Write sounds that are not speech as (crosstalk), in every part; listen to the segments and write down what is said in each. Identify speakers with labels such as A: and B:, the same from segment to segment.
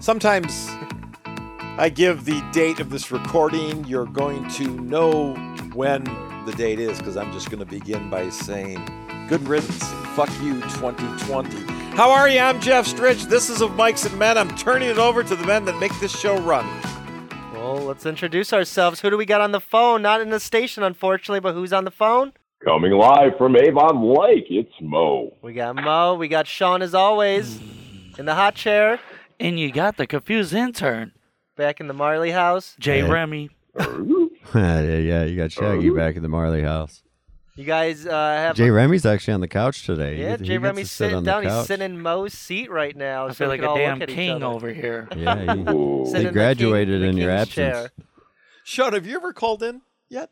A: Sometimes I give the date of this recording. You're going to know when the date is because I'm just going to begin by saying good riddance. Fuck you, 2020. How are you? I'm Jeff Stritch. This is Of Mikes and Men. I'm turning it over to the men that make this show run.
B: Well, let's introduce ourselves. Who do we got on the phone? Not in the station, unfortunately, but who's on the phone?
C: Coming live from Avon Lake, it's Mo.
B: We got Mo. We got Sean, as always, in the hot chair,
D: And you got the confused intern,
B: back in the Marley house.
D: Jay
E: Yeah.
D: Remy.
E: (laughs) yeah, yeah, you got
B: Oh.
E: Shaggy back at the Marley house.
B: You guys uh, have.
E: Jay Remy's actually on the couch today. He
B: yeah,
E: gets- he
B: Jay
E: gets to
B: Remy's
E: sit
B: sitting
E: on the
B: down. He's
E: couch.
B: sitting in Mo's seat right now.
D: I
B: Oh, so
D: feel
B: we
D: like
B: can all
D: a
B: look
D: damn
B: at each
D: king
B: other. (laughs)
D: over here.
E: (laughs) Yeah, he-
C: Ooh.
B: Sitting in the king-
E: graduated
B: the
E: in your
B: king's
E: absence.
B: chair.
A: Sean, have you ever called in yet?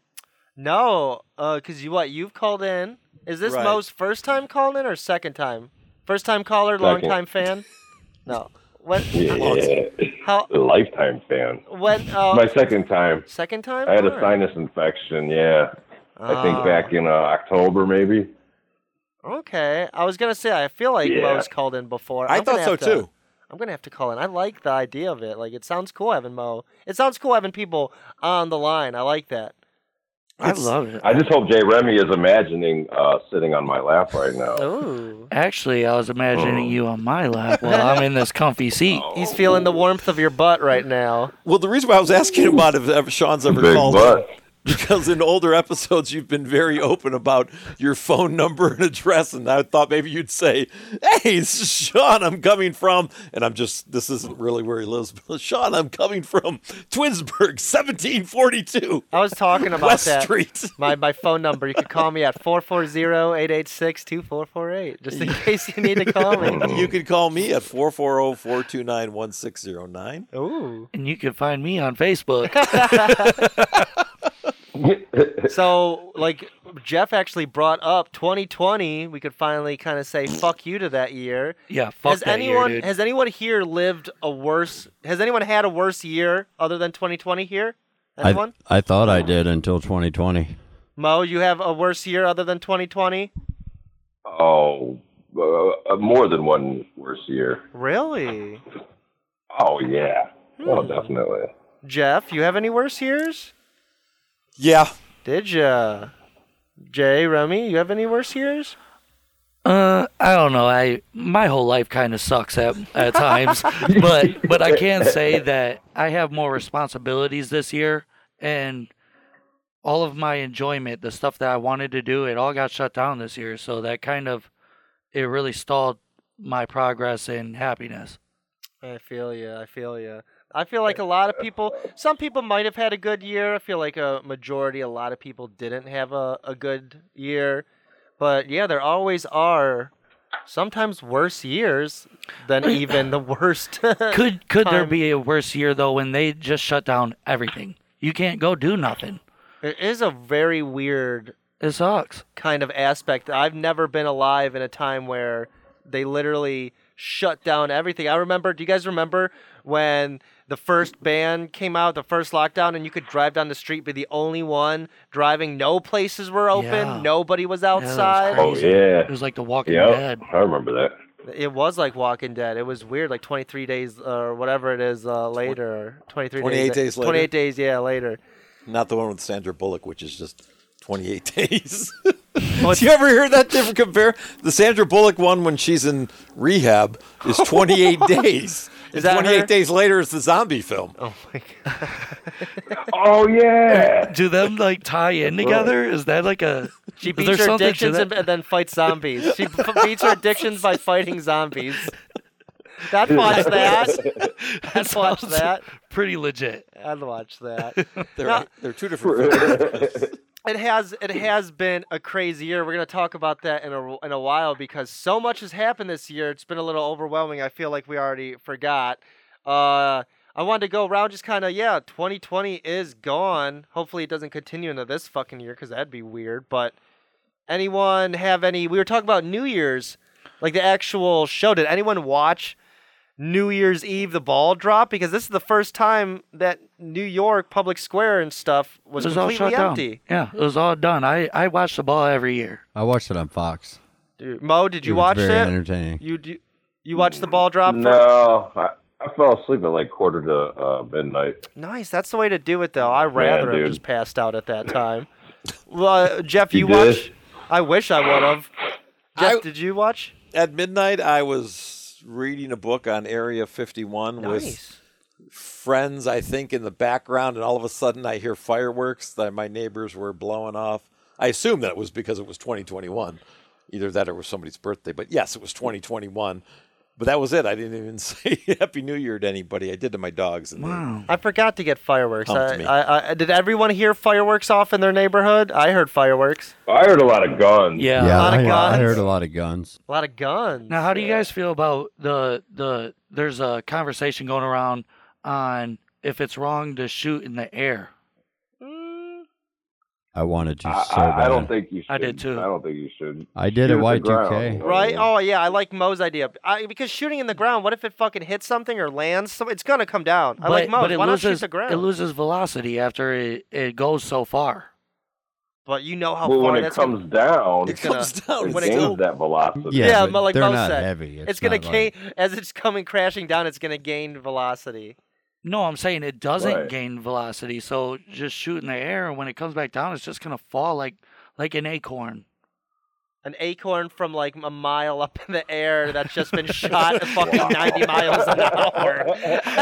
B: No, because you what? You've called in. Is this
A: Right.
B: Mo's first time calling in or second time? First time caller, long
C: Second.
B: time fan. No. What?
C: Yeah,
B: How?
C: lifetime fan.
B: What? Uh,
C: My second time.
B: second time?
C: I had a
B: Alright.
C: sinus infection. Yeah, I think
B: Ah,
C: back in uh, October maybe.
B: Uh, Okay, I was gonna say I feel like
C: Yeah.
B: Mo's called in before.
A: I
B: I'm
A: thought
B: gonna
A: so
B: have to-
A: too.
B: I'm gonna have to call in. I like the idea of it. Like it sounds cool having Mo. It sounds cool having people on the line. I like that.
D: I love it.
C: I just hope Jay Remy is imagining uh, sitting on my lap right now.
B: Ooh.
D: Actually, I was imagining you on my lap while I'm in this comfy seat.
B: He's feeling the warmth of your butt right now.
A: Well, the reason why I was asking about if ever Sean's ever
C: Big
A: called in
C: butt.
A: because in older episodes you've been very open about your phone number and address and i thought maybe you'd say hey this is sean i'm coming from and i'm just this isn't really where he lives but sean i'm coming from twinsburg 1742
B: I was talking about
A: west
B: that.
A: street (laughs)
B: My my phone number. You could call me at 440-886-2448,
A: (laughs)
B: just in case you need to call me.
A: you can call me at 440-429-1609
B: Ooh.
D: And you can find me on Facebook.
B: (laughs)
D: (laughs)
B: So, like, Jeff actually brought up 2020. We could finally kind of say "fuck you" to that year.
D: Yeah, fuck
B: has
D: that
B: anyone
D: year, dude.
B: has anyone here lived a worse? Has anyone had a worse year other than 2020 here? Anyone?
E: I, I thought I did until 2020.
B: Mo, you have a worse year other than 2020?
C: Oh, uh, more than one worse year.
B: Really?
C: Oh yeah. Oh, definitely.
B: Jeff, you have any worse years?
A: yeah
B: Did ya? Jay, Remy, you have any worse years?
D: Uh, I don't know. I my whole life kind of sucks at at
C: (laughs)
D: times, but but I can say that I have more responsibilities this year, and all of my enjoyment, the stuff that I wanted to do, it all got shut down this year. So that kind of it really stalled my progress and happiness.
B: I feel ya. I feel ya. I feel like a lot of people, some people might have had a good year. I feel like a majority, a lot of people didn't have a, a good year. But yeah, there always are sometimes worse years than even the worst. (laughs)
D: Could could there
B: Time.
D: be a worse year though when they just shut down everything? You can't go do nothing.
B: it is a very weird
D: It sucks.
B: kind of aspect. I've never been alive in a time where they literally shut down everything. I remember, do you guys remember when the first ban came out, the first lockdown, and you could drive down the street, be the only one driving? No places were open,
D: Yeah.
B: nobody was outside.
D: crazy.
C: Oh yeah.
D: It was like The Walking
C: Yeah.
D: Dead.
C: I remember that.
B: it was like Walking Dead. It was weird, like 23 days or whatever it is uh, later. 23
A: 28 days later.
B: 28 days, yeah, later.
A: not the one with sandra bullock which is just 28 (laughs) days Do you ever hear that different compare? The Sandra Bullock one when she's in rehab is
B: (laughs)
A: 28 days.
B: Is
A: And
B: that
A: 28
B: her?
A: days later is the zombie film.
B: Oh my God.
C: Oh yeah.
D: Do them like tie in together? Is that like a
B: She
D: is
B: beats
D: there
B: her
D: something to
B: addictions
D: that?
B: and, and then fights zombies. She b- beats her addictions by fighting zombies. I'd watch that. I'd watch
D: sounds-
B: that.
D: pretty legit.
B: I'd watch that.
A: They're,
B: Now-
A: they're two different films.
B: It has it has been a crazy year. We're gonna talk about that in a in a while because so much has happened this year. It's been a little overwhelming. I feel like we already forgot. Uh, I wanted to go around just kind of yeah. 2020 is gone. Hopefully it doesn't continue into this fucking year because that'd be weird. But anyone have any? We were talking about New Year's, like the actual show. Did anyone watch New Year's Eve the ball drop? Because this is the first time that New York public square and stuff was,
D: it was all
B: completely
D: shut
B: empty.
D: down. Yeah, it was all done. I, I watch the ball every year.
E: I watched it on Fox.
B: Dude, Mo, did
E: it
B: you
E: was
B: watch
E: very
B: it?
E: entertaining.
B: You do, you watched the ball drop?
C: No, I, I fell asleep at like quarter to uh, midnight.
B: Nice. That's the way to do it, though. I rather have
C: dude.
B: just passed out at that time. well, uh, Jeff, you,
C: You did?
B: watch? I wish I would have. Jeff,
A: I-
B: did you watch?
A: At midnight, I was reading a book on Area 51 with
B: Nice.
A: friends, I think, in the background, and all of a sudden I hear fireworks that my neighbors were blowing off. I assume that it was because it was 2021, either that or it was somebody's birthday. But yes, it was 2021. But that was it. I didn't even (laughs) say Happy New Year to anybody. I did to my dogs. And they-
D: Wow.
B: I forgot to get fireworks.
A: Pumped
B: I,
A: me.
B: I, I, did everyone hear fireworks off in their neighborhood? I heard fireworks.
C: I heard a lot of guns.
D: Yeah.
E: yeah,
B: lot of
E: I, I
B: guns.
E: heard a lot of guns.
B: A lot of guns.
D: Now, how do you guys feel about the the? There's a conversation going around on if it's wrong to shoot in the air.
B: Mm,
E: I wanted to
C: I,
E: so bad.
C: I, I don't think you should.
D: I did too.
C: I don't think you should.
E: I did at
C: Shoot the
E: Y2K.
C: ground.
B: Right? Oh yeah, I like Mo's idea I, because shooting in the ground. What if it fucking hits something or lands? So it's gonna come down. I like Mo's. Why not shoot the ground?
D: It loses velocity after it, it goes so far.
B: But you know how
C: Well,
B: far
C: when it
B: that's
C: comes down,
A: It
C: it
A: comes (laughs) down.
B: it
A: It's
B: when it
A: still-
C: (laughs) gains that velocity.
E: Yeah,
B: Yeah,
E: but
B: but like
E: they're
B: Mo
E: not
B: said,
E: heavy.
B: It's, gonna
E: not
B: gain (laughs)
E: like-
B: as it's coming crashing down. It's gonna gain velocity.
D: No, I'm saying it doesn't
C: Right.
D: gain velocity. So just shoot in the air, and when it comes back down, it's just gonna fall like like an acorn.
B: An acorn from like a mile up in the air that's just been
A: (laughs)
B: shot at fucking 90 miles an hour. (laughs)
A: you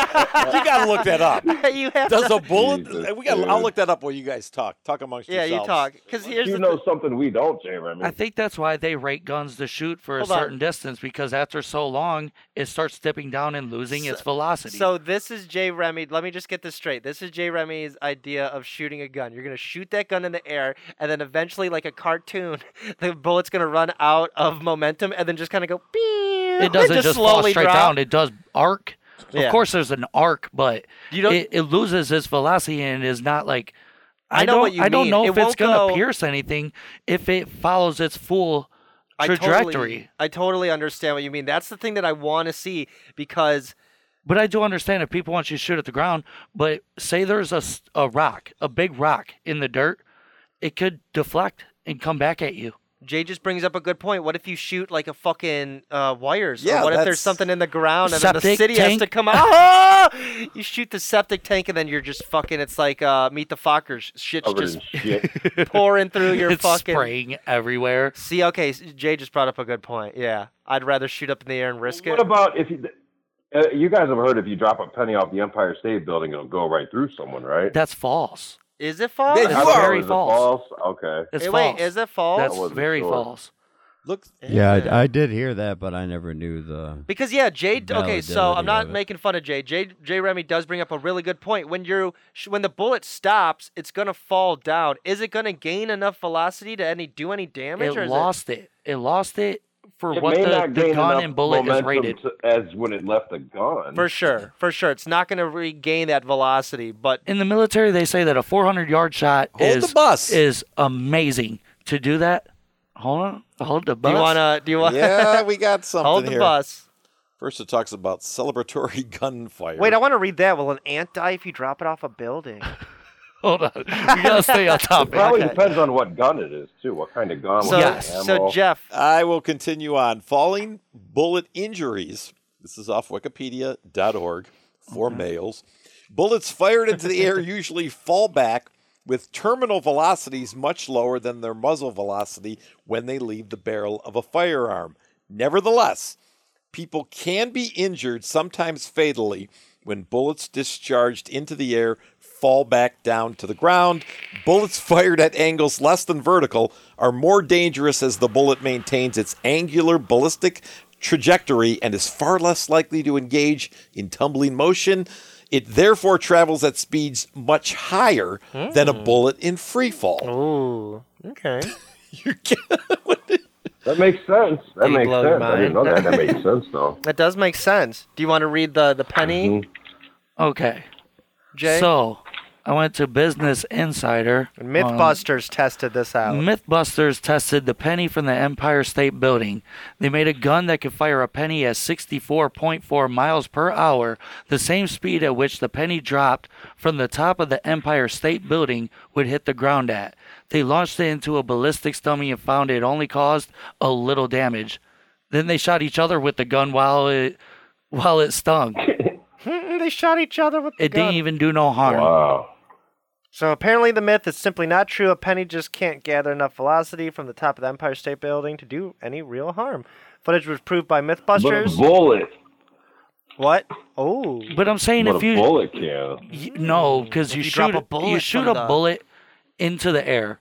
A: got to look that up.
B: you have
A: Does (laughs)
B: to,
A: a bullet?
C: Jesus,
A: we got. I'll
C: dude.
A: look that up while you guys talk. Talk amongst
B: yeah,
A: yourselves.
B: you talk. Because here's
C: (laughs) you
B: the
C: know
B: thi-
C: something we don't, Jamie. I mean,
D: I think that's why they rate guns to shoot for
B: Hold
D: a
B: on.
D: certain distance because after so long, it starts dipping down and losing its velocity.
B: so this is Jay Remy. Let me just get this straight. This is Jay Remy's idea of shooting a gun. You're gonna shoot that gun in the air, and then eventually, like a cartoon, (laughs) the bullet's gonna run out of momentum, and then just kind of go. (laughs)
D: it doesn't just, fall
B: slowly
D: straight
B: drop.
D: down. It does arc.
B: Yeah.
D: Of course, there's an arc, but
B: You don't.
D: it, it loses its velocity and is not like.
B: I know
D: don't,
B: what you
D: I don't
B: mean.
D: know
B: It
D: if it's
B: won't
D: gonna
B: go-
D: pierce anything if it follows its full
B: I Totally,
D: trajectory.
B: I totally understand what you mean. That's the thing that I want to see because
D: But I do understand if people want you to shoot at the ground. But say there's a, s- a rock, a big rock in the dirt, it could deflect and come back at you.
B: Jay just brings up a good point. What if you shoot like a fucking uh, wires? Or
A: Yeah,
B: what if
A: that's-
B: there's something in the ground and then the
D: Septic
B: city has
D: tank?
B: to come out? (laughs) Ah! you shoot the septic tank and then you're just fucking. It's like uh, meet the Fockers. Shit's
C: covered
B: just (laughs)
C: in
A: (laughs)
C: shit.
B: pouring through your
D: (laughs) it's
B: fucking.
D: spraying everywhere.
B: See, okay, s- Jay just brought up a good point. Yeah, I'd rather shoot up in the air and risk
C: What
B: it.
C: about if you, uh, you guys have heard if you drop a penny off the Empire State Building, it'll go right through someone, right?
D: That's false.
B: Is it false?
A: Yeah,
C: I
A: you
C: don't
A: are-
C: know,
D: very
C: is it
D: false.
C: Okay.
D: It's
B: Hey,
D: false.
B: wait, is it false?
D: That's
C: wasn't
D: very
C: sure.
D: false.
B: (laughs)
A: Look,
E: Yeah, I, I did hear that, but I never knew the. (laughs)
B: Because yeah, Jay. d- Okay, so I'm
E: Validity
B: not
E: of it.
B: making fun of Jay. Jay. Jay Remy does bring up a really good point. When you're sh- when the bullet stops, it's gonna fall down. Is it gonna gain enough velocity to any do any damage? or
D: It
B: is
D: lost it. It lost it for
C: It
D: what
C: may
D: the,
C: not
D: the
C: gain
D: gun
C: enough
D: and bullet is
C: momentum
D: rated.
C: to- as when it left the gun.
B: it for sure? For sure, it's not gonna regain that velocity. But
D: In the military, they say that a 400 yard shot
A: Hold the
D: is
A: bus.
D: is amazing. To do that, hold on, hold the
B: do
D: bus.
B: you wanna? Do you want? (laughs)
A: yeah, we got something
B: hold the
A: here.
B: bus.
A: First, it talks about celebratory (laughs) gunfire.
B: Wait, I want to read that. Will an ant die if you drop it off
A: (laughs)
B: a building?
D: Hold on. (laughs) We gotta stay on
B: (laughs)
D: topic.
C: Probably
B: Okay.
C: depends on what gun it is too. What kind of gun?
B: so,
C: what
D: Yes.
C: ammo.
B: so Jeff,
A: I will continue on. Falling bullet injuries. This is off wikipedia.org for males. Bullets fired into the air usually fall back with terminal velocities much lower than their muzzle velocity when they leave the barrel of a firearm. Nevertheless, people can be injured, sometimes fatally, when bullets discharged into the air fall back down to the ground. Bullets (laughs) fired at angles less than vertical are more dangerous as the bullet maintains its angular ballistic trajectory and is far less likely to engage in tumbling motion. It therefore travels at speeds much higher than a
B: Hmm.
A: bullet in free
B: Oh.
A: fall.
B: ooh, okay.
A: You can't-
C: that makes sense. That
B: You
C: makes
B: blow your
C: sense. I didn't know
B: mind.
C: that. That makes sense though.
B: That does make sense. Do you want to read the the penny,
A: Mm-hmm.
D: Okay.
B: Jay?
D: So, I went to Business Insider.
B: And MythBusters
D: um,
B: tested this out.
D: MythBusters tested the penny from the Empire State Building. They made a gun that could fire a penny at 64.4 miles per hour, the same speed at which the penny dropped from the top of the Empire State Building would hit the ground at. They launched it into a ballistics dummy and found it only caused
B: (laughs)
D: a little damage. Then they shot each other with the gun while it while it stung.
B: "Mm-mm, Mm, they shot each other with the
D: It
B: gun.
D: didn't even do no harm.
C: Wow.
B: So apparently, the myth is simply not true. A penny just can't gather enough velocity from the top of the Empire State Building to do any real harm. Footage was proved by
C: But a
B: MythBusters.
C: bullet.
B: what? Oh,
D: But I'm saying
C: But
D: if
C: a
D: you
C: bullet can.
D: y- no, because
B: Mm. If
D: you,
B: you drop
D: shoot
B: a
D: you
B: bullet
D: shoot
B: from
D: a
B: the-
D: bullet into the air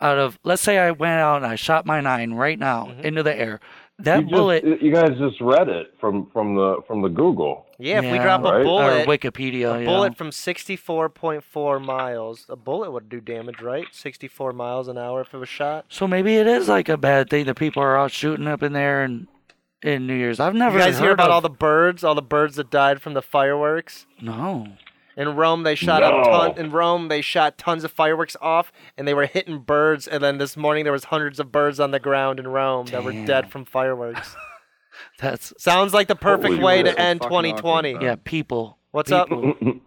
D: out of let's say I went out and I shot my nine right now
B: Mm-hmm.
D: into the air. That
C: you just-
D: bullet
C: you guys just read it from from the from the Google.
B: yeah. If we
D: Yeah.
B: drop
C: Right.
B: a
C: Or
D: or
B: bullet,
D: Wikipedia,
B: a
D: yeah.
B: bullet from 64.4 miles, a bullet would do damage, right? 64 miles an hour if it was shot.
D: So maybe it is like a bad thing that people are out shooting up in there and in New Year's. I've never
B: you guys
D: heard
B: hear about
D: of,
B: all the birds, all the birds that died from the fireworks?
D: no.
B: In Rome, they shot up
C: No.
B: ton- in Rome they shot tons of fireworks off, and they were hitting birds. And then this morning there was hundreds of birds on the ground in Rome that were dead
D: Damn.
B: from fireworks.
D: That's
B: Sounds like the perfect
C: Holy
B: way
C: shit.
B: to end
F: Fucking awkward,
B: 2020.
F: bud.
D: yeah, people.
B: What's up?
D: people.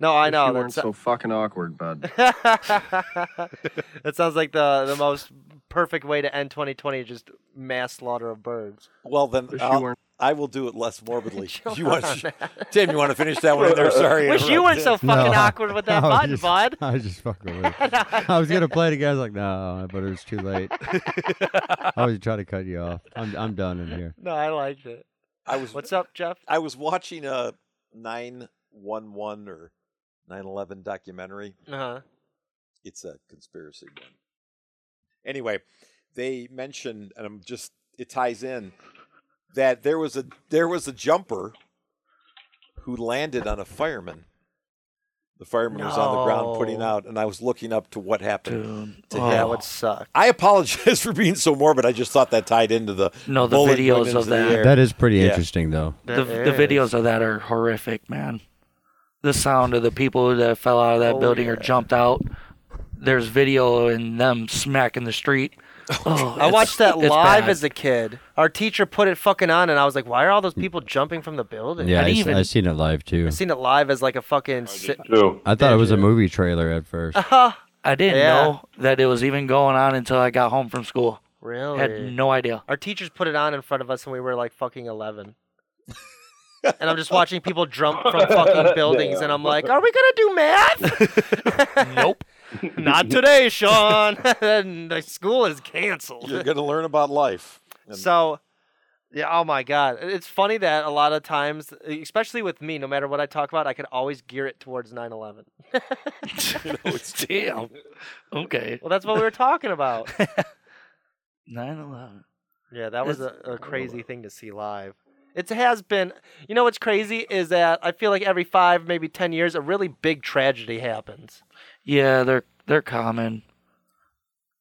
B: No, I
F: Wish
B: know.
F: You weren't
B: That's
F: so fucking awkward, bud.
B: (laughs) that sounds like the the most perfect way to end 2020. Just mass slaughter of birds.
A: Well, then
F: Wish you
A: I'll-
F: weren't.
A: I will do it less morbidly.
B: (laughs) Come
A: you want,
B: on,
A: Tim? You want to finish that one in there? Sorry. I
B: (laughs) Wish you weren't
A: interrupted. (laughs)
B: so fucking awkward with that
E: (laughs) I was
B: button,
E: just-
B: bud.
E: I was just fucking with
B: (laughs)
E: you. I was gonna (laughs) play the guys like no, but it was too late. I was trying to cut you off. I'm I'm done in here.
B: No, I liked it.
A: I was.
B: What's up, Jeff?
A: I was watching a nine one one or nine eleven documentary.
B: Uh huh.
A: It's a conspiracy one. Anyway, they mentioned, and I'm just it ties in that there was a there was a jumper who landed on a fireman. The fireman was on the ground putting
B: No.
A: out, and I was looking up to what happened.
D: Dude.
A: To
D: oh,
A: hell.
B: That would suck.
A: I apologize (laughs) for being so morbid. I just thought that tied into the
D: no, the
A: bullet going
D: videos
A: into
D: of
A: the
D: that.
A: air.
E: That is pretty
A: Yeah.
E: interesting though.
D: the,
B: That
D: the
B: is.
D: videos of that are horrific, man. The sound of the people that fell out of that
B: Oh,
D: building or
B: yeah.
D: jumped out. There's video and them smacking
B: (laughs)
D: the street. Oh,
B: I watched that live
D: as
B: as a kid. Our teacher put it fucking on, and I was like, "Why are all those people jumping from the building?"
E: Yeah,
D: I'd
E: I, s-
D: even-
E: I seen it live too.
B: I seen it live as like a fucking. Si-
C: Too.
E: I thought it was a movie trailer
D: (sighs)
E: at first.
B: (laughs)
D: I didn't
B: Yeah.
D: know that it was even going on until I got home from school.
B: really?
D: Had no idea.
B: Our teachers put it on in front of us, and we were like fucking eleven. and I'm just watching people jump from fucking buildings, and I'm like, "Are we gonna do math?"
D: (laughs) Nope.
B: (laughs) Not today, Sean. (laughs) And the school is canceled.
A: You're going to learn about life. And
B: So, yeah, oh my God. It's funny that a lot of times, e, especially with me, no matter what I talk about, I could always gear it towards 9
D: (laughs)
B: 11.
D: Damn. Okay.
B: Well, that's what we were talking
D: (laughs)
B: about.
D: 9 11.
B: yeah, that was a,
D: It's-
B: a crazy thing to see live. It has been, you know, what's crazy is that I feel like every five, maybe 10 years, a really big tragedy happens.
D: Yeah, they're they're common.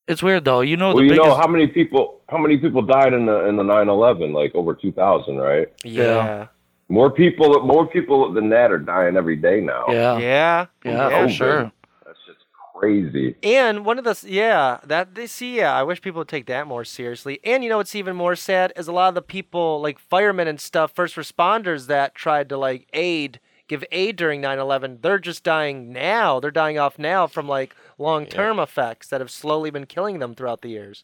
D: It's weird though. You know
C: well,
D: the
C: you
D: biggest.
C: know how many people how many people died in the in the 9/11? Like over 2,000, right?
D: Yeah.
C: More people more people than that are dying every day now.
D: yeah, yeah,
B: Yeah.
D: for
C: Oh, man.
D: sure.
C: That's just crazy.
B: And one of the yeah that they see yeah I wish people would take that more seriously. And you know what's even more sad is a lot of the people like firemen and stuff, first responders that tried to like aid, give aid during 9/11, they're just dying now. They're dying off now from like long-term effects that have slowly been killing them throughout the years.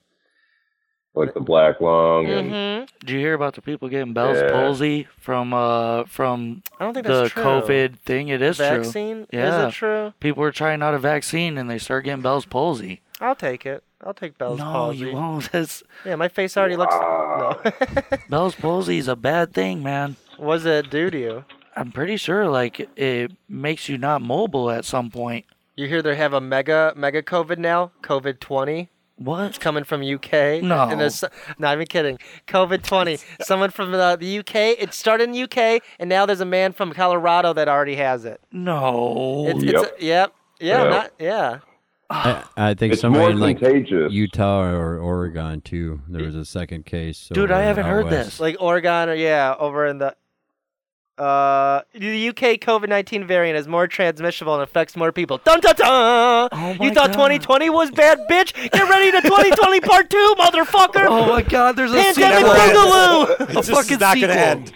C: Like the black lung and
D: Mm-hmm.
B: Mhm.
D: Did you hear about the people getting Bell's
C: Yeah.
D: palsy from uh from
B: I don't think
D: the
B: that's true.
D: COVID thing? It is true.
B: vaccine is
D: Yeah.
B: it true?
D: People were trying out a vaccine and they start getting Bell's palsy.
B: I'll take it. I'll take Bell's
D: no,
B: palsy.
D: you won't. (laughs) That's,
B: Yeah, my face already looks. No. (laughs)
D: Bell's palsy is a bad thing, man.
B: Was it due to you?
D: I'm pretty sure like it makes you not mobile at some point.
B: You hear they have a mega mega COVID now, COVID twenty. It's
D: What?
B: coming from UK.
D: No.
B: and there's not even kidding. COVID
D: (laughs)
B: twenty. Someone from the, the UK. It started in UK, and now there's a man from Colorado that already has it.
D: No.
B: It's, it's a, yep. Yeah.
C: Yeah.
B: Not, yeah.
E: I, I think
C: it's more
E: somebody in like
C: contagious.
E: Utah or Oregon too. There was a second case.
D: Dude, I
E: over
D: haven't
E: out
D: heard
E: west.
D: this.
B: Like Oregon, or yeah, over in the. Uh, the UK COVID nineteen variant is more transmissible and affects more people. Dun dun dun!
D: Oh my
B: you thought
D: God.
B: 2020 was bad, bitch? Get ready to 2020 part two, motherfucker!
D: (laughs) Oh my god, there's a
B: Pandemic
D: sequel.
A: ends. (laughs)
B: boogaloo!
A: it's
D: a
A: just not
D: fucking
A: going to
D: sequel.
A: end.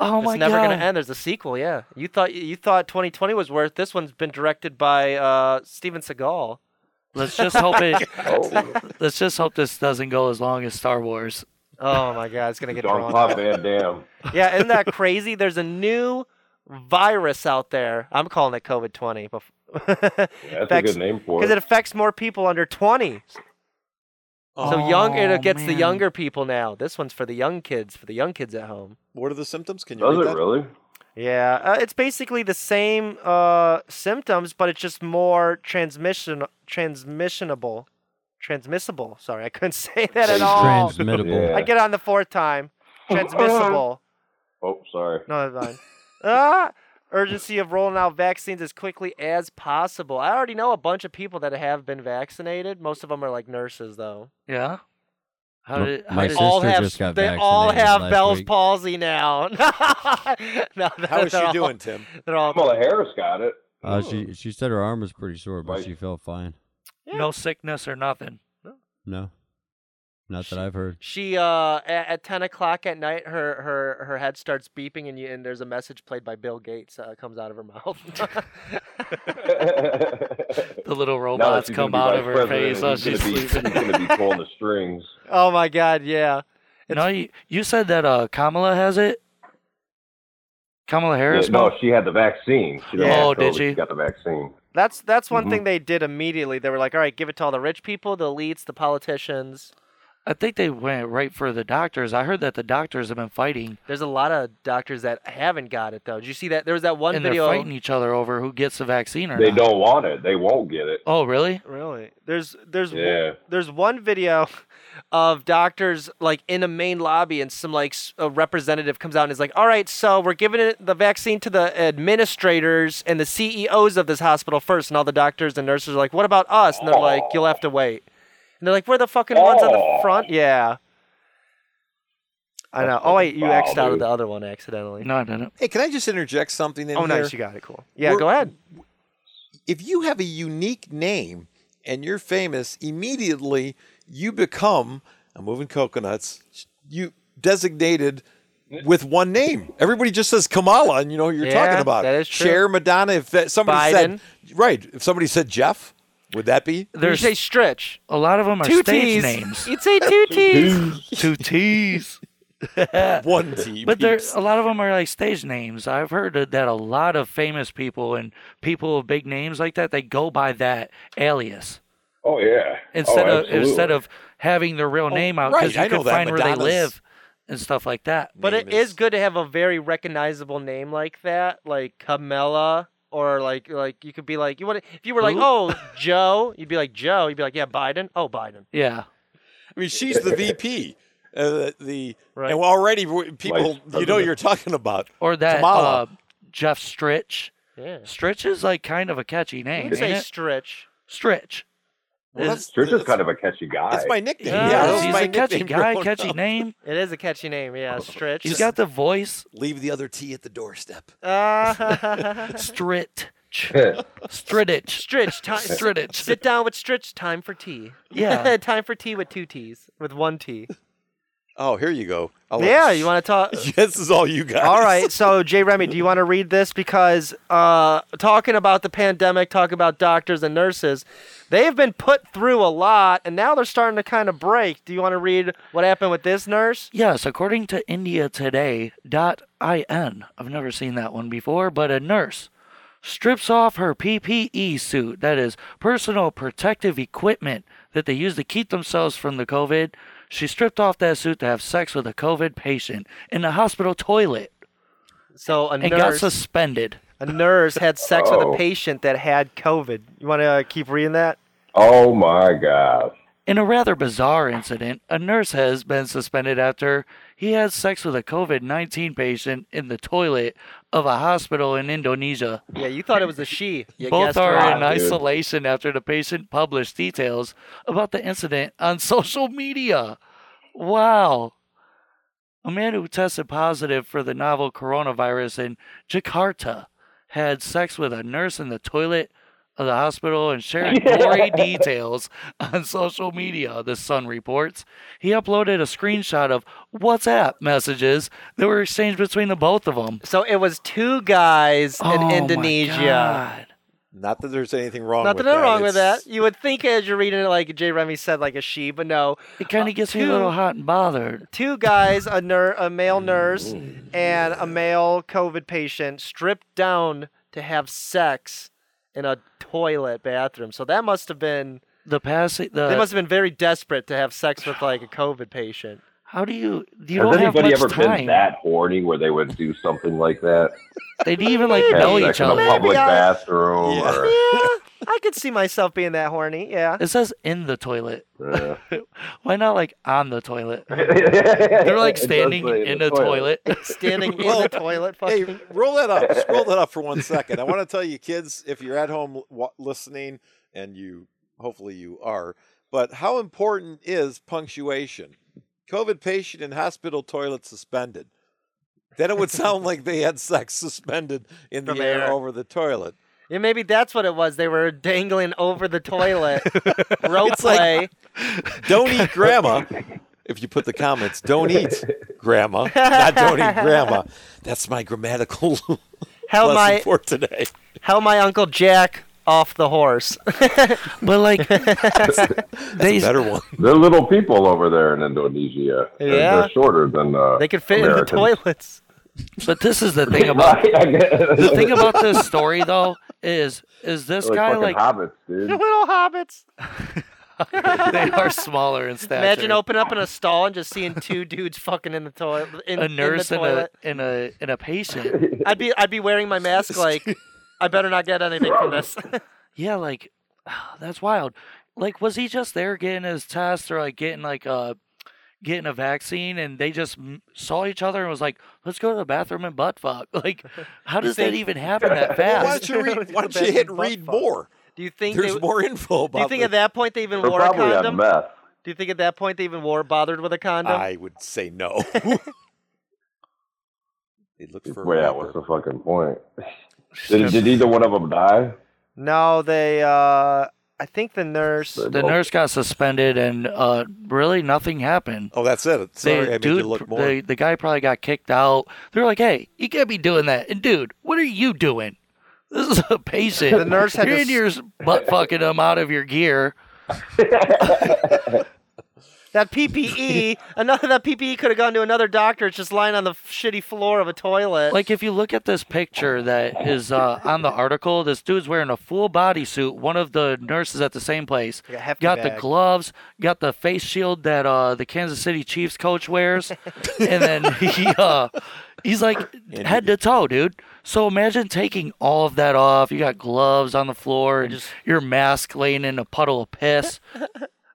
D: Oh my
B: it's never
D: god.
B: gonna end. There's a sequel. Yeah, you thought you thought 2020 was worth. This one's been directed by uh, Steven Seagal.
D: Let's just hope it
B: (laughs)
C: Oh.
D: let's just hope this doesn't go as long as Star Wars.
B: Oh my God, it's gonna get
C: Jean
B: drawn.
C: Claude
B: up.
C: Van Damme.
B: Yeah, isn't that crazy? There's a new virus out there. I'm calling it COVID 20 (laughs) because
C: Yeah, that's a
B: Affects-
C: good name for
B: it
C: it.
B: affects more people under 20. So young,
D: Oh,
B: it gets the
D: man.
B: younger people now. This one's for the young kids, for the young kids at home.
A: What are the symptoms?
B: (laughs)
A: Can you
C: Does
A: read
C: it
A: that?
C: really?
B: Yeah, uh, it's basically the same uh, symptoms, but it's just more transmission transmissionable, transmissible. Sorry, I couldn't (laughs) say that at all.
E: Transmittable.
C: Yeah.
B: I get on the fourth
E: (laughs)
B: time. Transmissible.
C: (laughs) Oh, sorry.
B: No, that's
E: (laughs)
B: fine. ah, urgency of rolling out vaccines as quickly as possible. I already know a bunch of people that have been vaccinated. Most of them are like nurses, though.
D: Yeah. How
E: Well,
D: did
E: my
D: how did,
E: sister
B: all have
E: just got
B: they all
E: vaccinated
B: have
E: last
B: Bell's
E: week.
B: palsy now. (laughs) no,
A: How is
B: they're (laughs)
A: she
B: all-
A: doing, Tim?
B: They're all
C: Kamala Harris got it. (laughs)
E: Uh, (laughs) she she said her arm was pretty sore, but
C: Right.
E: she felt fine.
D: no sickness or nothing?
E: No, not that I've heard.
B: She uh at, at ten o'clock at night, her her her head starts beeping, and you and there's a message played by Bill Gates uh, comes out of her mouth.
D: The little
C: Now that
D: robots
C: she's
D: come
C: gonna be vice
D: out of her
C: president,
D: face while
C: he's gonna
D: she's
C: be- (laughs)
D: sleeping.
C: He's gonna be pulling the strings.
B: (laughs) oh my God, yeah.
D: No, you, you said that uh, Kamala has it. Kamala (laughs) Harris.
C: Yeah, no,
D: mom?
C: she had the vaccine. She didn't
B: Yeah.
C: have
D: Oh, did
C: COVID,
D: she?
C: She got the vaccine.
B: That's that's one
D: Mm-hmm.
C: Mhm.
B: thing they did immediately. They were like, all right, give it to all the rich people, the elites, the politicians.
D: I think they went right for the doctors. I heard that the doctors have been fighting
B: There's a lot of doctors that haven't got it though. Did you see that? There was that one
D: and
B: video.
D: they're fighting each other over who gets the vaccine or
C: They
D: not.
C: don't want it. They won't get it.
D: Oh, really?
B: Really? There's there's one-
C: Yeah.
B: there's one video (laughs) of doctors like in a main lobby and some like s- a representative comes out and is like all right so we're giving it, the vaccine to the administrators and the ceos of this hospital first and all the doctors and nurses are like what about us and they're like you'll have to wait and they're like we're the fucking ones on the
C: Oh.
B: front yeah i know
C: That's
B: oh wait you
C: fucking
B: xed
C: foul,
B: out of
C: dude.
B: the other one accidentally
D: No, I didn't.
A: Hey, can I just interject something in
B: oh
A: here?
B: nice you got it cool yeah
A: We're-
B: go ahead
A: if you have a unique name and you're famous, immediately you become I'm moving coconuts. You designated with one name. Everybody just says Kamala, and you know who you're
B: Yeah,
A: talking about.
B: that is true.
A: Cher, Madonna. If that, somebody
B: Biden.
A: said right, if somebody said Jeff, would that be?
D: There's
B: you say stretch
D: a lot of them are
B: two
D: stage
B: t's
A: (laughs)
D: names.
B: you'd say two
C: (laughs)
B: t's
D: Two T's.
B: Uh,
A: One T.
D: But there,
A: peeps.
D: a lot of them are like stage names. I've heard that- that a lot of famous people and people of big names like that, they go by that alias
C: Oh yeah.
D: instead
C: Oh,
D: of instead
C: absolutely.
D: of having their real name out
A: Oh, right,
D: because
A: I
D: you
A: know
D: can
A: that.
D: find where they
A: Madonna's-
D: live and stuff like that.
B: But it
A: name
B: is
A: is-
B: good to have a very recognizable name like that, like Camilla, or like like you could be like you want if you were like
D: Who? (laughs)
B: oh Joe, you'd be like Joe, you'd be like yeah Biden, oh Biden,
D: Yeah.
A: I mean, she's the VP. Uh, the
B: Right.
A: and already w- people you know
C: president.
A: you're talking about.
D: Or that
A: Kamala.
D: uh, Jeff Stritch.
B: yeah.
D: Stritch is like kind of a catchy
B: You
D: name.
B: could say
D: ain't it?
B: Stretch.
D: Stritch.
A: Well,
D: Is-
A: that's,
C: Church is
A: that's-
C: kind of a catchy guy.
A: It's my nickname. Yeah,
B: Yeah, that
A: that's
B: was
D: he's
A: my
D: a catchy
A: nickname
D: guy,
A: growing
D: catchy
A: up.
D: name.
B: It is a catchy name, yeah. Stretch.
D: Oh.
B: (laughs)
D: He's got the voice.
A: Leave the other T at the doorstep.
B: uh,
D: Strit.
C: Yeah.
D: Stritch.
B: Stretch
D: (laughs)
B: time.
D: Stritch.
B: Sit down with Stretch. Time for tea. (laughs)
D: Yeah.
B: time for tea with two T's, with one T.
A: Oh, here you go. I'll let- (laughs)
B: Yeah, you want to
D: (laughs)
B: talk?
A: this is all you guys.
B: All right, so Jay Remy, do you want to read this? Because uh, talking about the pandemic, talking about doctors and nurses, they've been put through a lot, and now they're starting to kind of break. Do you want to read what happened with this nurse?
D: Yes, according to IndiaToday.in, I've never seen that one before, but a nurse strips off her PPE suit, that is, personal protective equipment that they use to keep themselves from the COVID. She stripped off that suit to have sex with a COVID patient in a hospital toilet
B: So a
D: and got
B: nurse,
D: suspended.
B: a nurse had sex with a
C: Oh.
B: patient that had COVID. You want to uh, keep reading that?
C: (laughs) oh my gosh.
D: In a rather bizarre incident, a nurse has been suspended after he had sex with a COVID 19 patient in the toilet of a hospital in Indonesia.
B: Yeah, you thought it was a she. You
D: Both
B: guessed
D: are
B: right.
D: in
C: Wow, dude.
D: isolation after the patient published details about the incident on (laughs) social media. Wow. A man who tested positive for the novel coronavirus in Jakarta had sex with a nurse in the toilet of the hospital
B: (laughs)
D: and shared gory details on social media, the Sun reports. He uploaded a screenshot of WhatsApp messages that were exchanged between the both of them.
B: So it was two guys
D: Oh
B: in
D: my
B: Indonesia.
D: God.
A: Not that there's anything wrong. with
B: Nothing wrong with that.
A: Oh It's-
B: You would think as you're reading it, like Jay Remy said, like a she, but no.
D: It kind of gets me a little
B: two-
D: hot and bothered.
B: Two guys, a ner- a male nurse, and a male COVID patient, stripped down to have sex in a toilet bathroom. So that must have been
D: The passing,
B: they
D: the
B: must have been very desperate to have sex with like a COVID patient.
D: how do you?
C: Has
D: You don't have
C: anybody
D: much
C: ever
D: time.
C: been that horny where they would do something like that?
D: (laughs) They didn't
C: (laughs)
D: even like
C: Have
D: know
C: sex
D: each
C: in
D: other.
C: a public
B: Maybe I-
C: bathroom.
A: Yeah.
D: (laughs)
B: Yeah, I could see myself being that horny.
A: (laughs)
B: Yeah.
D: It says in the toilet.
C: Or, uh,
D: Why not like on the toilet?
C: They're
D: They're
C: (laughs)
D: like standing in a toilet.
B: Standing in
A: Well,
B: the toilet.
A: Hey,
B: Fucking. (laughs)
A: roll that up. Scroll that up for one second. I want to tell you, kids, if you're at home wa- listening, and you hopefully you are, but how important is punctuation? COVID patient in hospital toilet suspended. Then it would sound like they had sex suspended in the
B: From
A: air,
B: air.
A: over the toilet.
B: Yeah, maybe that's what it was. They were dangling over
A: (laughs)
B: the toilet. Rope
A: It's like- (laughs)
B: play.
A: Don't eat grandma. If you put the comments, don't eat grandma, not don't eat
B: (laughs)
A: grandma. That's my grammatical (laughs) lesson
B: How Oh, my
A: for today.
B: how my uncle Jack off the horse.
D: (laughs)
B: (laughs)
D: But like
C: (laughs)
D: they
A: Better
B: (laughs)
A: one.
C: They're little people over there in Indonesia. They're-
B: Yeah.
C: They're shorter than. Uh, (laughs)
B: they could fit
C: Americans.
B: in the toilets.
D: but this is the thing about
C: (laughs) Right? I guess.
D: the thing about this story though is is this
C: They're
D: guy
C: fucking
D: like
C: hobbits,
D: (laughs)
C: dude.
B: (laughs) Little hobbits.
D: they are smaller in stature.
B: Imagine opening up in a stall and just seeing two (laughs) dudes fucking in the toilet. In,
D: a
B: in the
D: nurse and a
B: toilet.
D: and a and a patient.
B: I'd be I'd be wearing my mask like I better not get anything from this. (laughs)
D: Yeah, like (sighs) that's wild. Like was he just there getting his test or like getting like a getting a vaccine and they just m- saw each other and was like, "Let's go to the bathroom and butt fuck." (laughs) Like how does that
B: think-
D: even happen
A: (laughs)
D: that
A: Why
D: fast?
A: don't you,
B: (laughs)
A: read, why don't you
B: Back
A: hit
B: in butt
A: read
B: fuck.
A: more?
B: Do you think
A: There's
B: they,
A: more info about
B: Do you think
A: the-
B: at that point they even
C: They're
B: wore a
C: probably on
B: condom?
C: meth.
B: Do you think at that point they even wore bothered with a condom?
A: I would say
B: (laughs)
A: no. they look for
C: Well, yeah,
A: rubber.
C: what's the fucking point? Did, did either one of them die?
B: No, they. uh I think the nurse.
C: They
D: The
C: both- (laughs)
D: nurse got suspended and uh really nothing happened.
A: Oh, that's it. Sorry, I made you look
D: pr-
A: more.
D: The, the guy probably got kicked out. They're like, hey, you can't be doing that. And dude, what are you doing? (laughs) This is a patient.
B: The nurse had
D: You're
B: to
D: in your butt fucking him out of your gear.
B: That E, PPE. another that PPE could have gone to another doctor. It's just lying on the f- shitty floor of a toilet.
D: Like if you look at this picture that is uh, on the article, this dude's wearing a full body suit. One of the nurses at the same place
B: Like a hefty
D: got the
B: bag.
D: gloves, got the face shield that uh, the Kansas City Chiefs coach wears, and then
B: (laughs)
D: he uh, he's like head to toe, dude. So imagine taking all of that off. You got gloves on the floor and
B: Just-
D: your mask laying in a puddle of piss.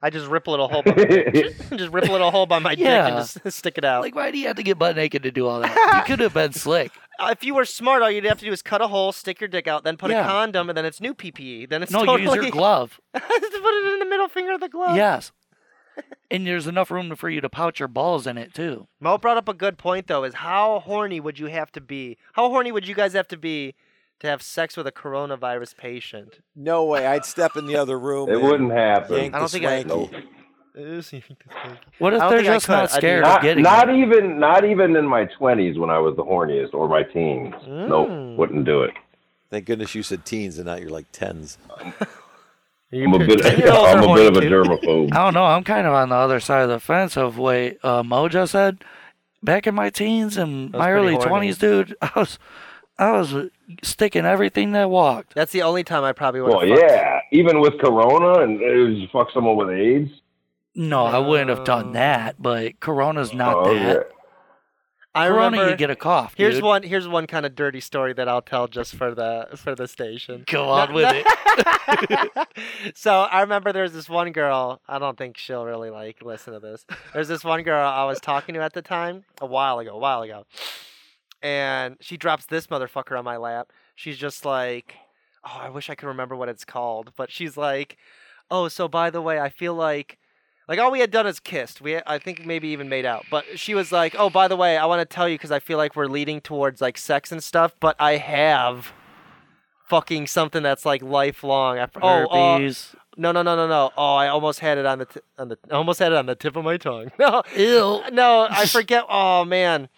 B: I just ripple it a hole.
C: (laughs)
B: By, (laughs) just ripple it a hole by my dick
D: Yeah.
B: and just (laughs) stick it out.
D: Like, why do you have to get butt naked to do
B: (laughs)
D: all that? You could have been slick.
B: Uh, if you were smart, all you'd have to do is cut a hole, stick your dick out, then put a
D: Yeah.
B: condom, and then it's new PPE. Then it's
D: No,
B: totally.
D: you use your glove.
B: (laughs) Just put it in the middle finger of the glove.
D: Yes. And there's enough room for you to pouch your balls in it too.
B: Mo brought up a good point though. Is how horny would you have to be? How horny would you guys have to be to have sex with a coronavirus patient?
A: no way. I'd step in the other room.
C: It
A: and
C: wouldn't
A: Yank
C: happen.
B: I don't
A: the
B: think I-
A: swanky.
C: Nope.
D: What if
B: I don't
D: they're
B: think I
D: just
B: could. I'd
D: not
B: be-
D: scared of
C: Not,
D: getting
C: not
D: it?
C: even, not even in my twenties when I was the horniest, or my teens.
B: Mm.
C: Nope, wouldn't do it.
A: Thank goodness you said teens and not you're like tens.
C: I'm a bit,
B: Ten-year-olds are
C: (laughs) I'm a
B: horny,
C: bit of a
B: too.
D: (laughs) I
C: dermaphobe.
D: don't know. I'm kind of on the other side of the fence of what uh, Mojo said. Back in my teens and
B: was
D: my
B: pretty
D: early
B: horny.
D: twenties, dude, (laughs) I was, I was sticking everything that walked.
B: That's the only time I probably would.
C: Well, yeah, even with Corona and it was fuck someone with AIDS.
D: No, I wouldn't have done that. But Corona's not
C: oh,
D: that.
B: I
D: Corona,
B: remember.
D: you get a cough.
B: here's
D: dude.
B: one. Here's one kind of dirty story that I'll tell just for the for the station.
D: Go on with it.
B: (laughs) so I remember there was this one girl. I don't think she'll really like listen to this. There's this one girl I was talking to at the time, a while ago, a while ago, and she drops this motherfucker on my lap. She's just like, oh, I wish I could remember what it's called, but she's like, oh, so by the way, I feel like. Like all we had done is kissed. We I think maybe even made out. But she was like, "Oh, by the way, I want to tell you cuz I feel like we're leading towards like sex and stuff, but I have fucking something that's like lifelong. I, (laughs) oh, uh,
D: Herpes.
B: no, no, no, no, no. Oh, I almost had it on the t- on the I almost had it on the tip of my tongue. (laughs) No,
D: Ew.
B: no, I forget. Oh man,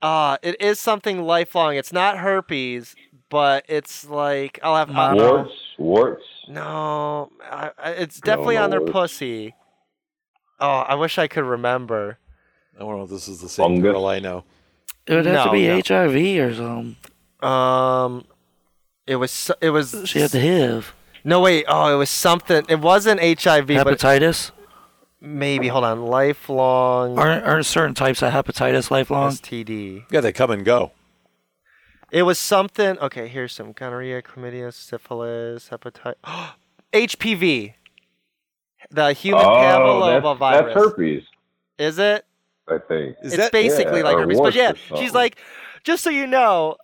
B: uh, it is something lifelong. It's not herpes, but it's like I'll have
D: Uh-huh.
B: I don't know.
C: warts, warts.
B: No, I, I- it's definitely on their
C: no, it's-
B: pussy. Oh, I wish I could remember.
A: I don't know if this is the same
C: Fungus.
A: girl I know.
D: It would have to
B: No,
D: be
B: no.
D: HIV or something.
B: Um, it was so- it was
D: She had the HIV,
B: no wait. Oh, it was something. It wasn't HIV, but
D: hepatitis.
B: maybe hold on, lifelong
D: Aren't, aren't certain types of hepatitis lifelong?
B: STD.
A: Yeah, they come and go.
B: It was something. Okay, here's some gonorrhea, chlamydia, syphilis, hepatitis, (gasps) HPV, the human
C: Oh,
B: papillomavirus.
C: that's, that's herpes,
B: Is it?
C: I think.
A: Is
B: it's
A: that
B: basically
C: yeah,
B: like
C: or
B: herpes. But
C: warts
B: yeah,
C: or something.
B: she's like, just so you know,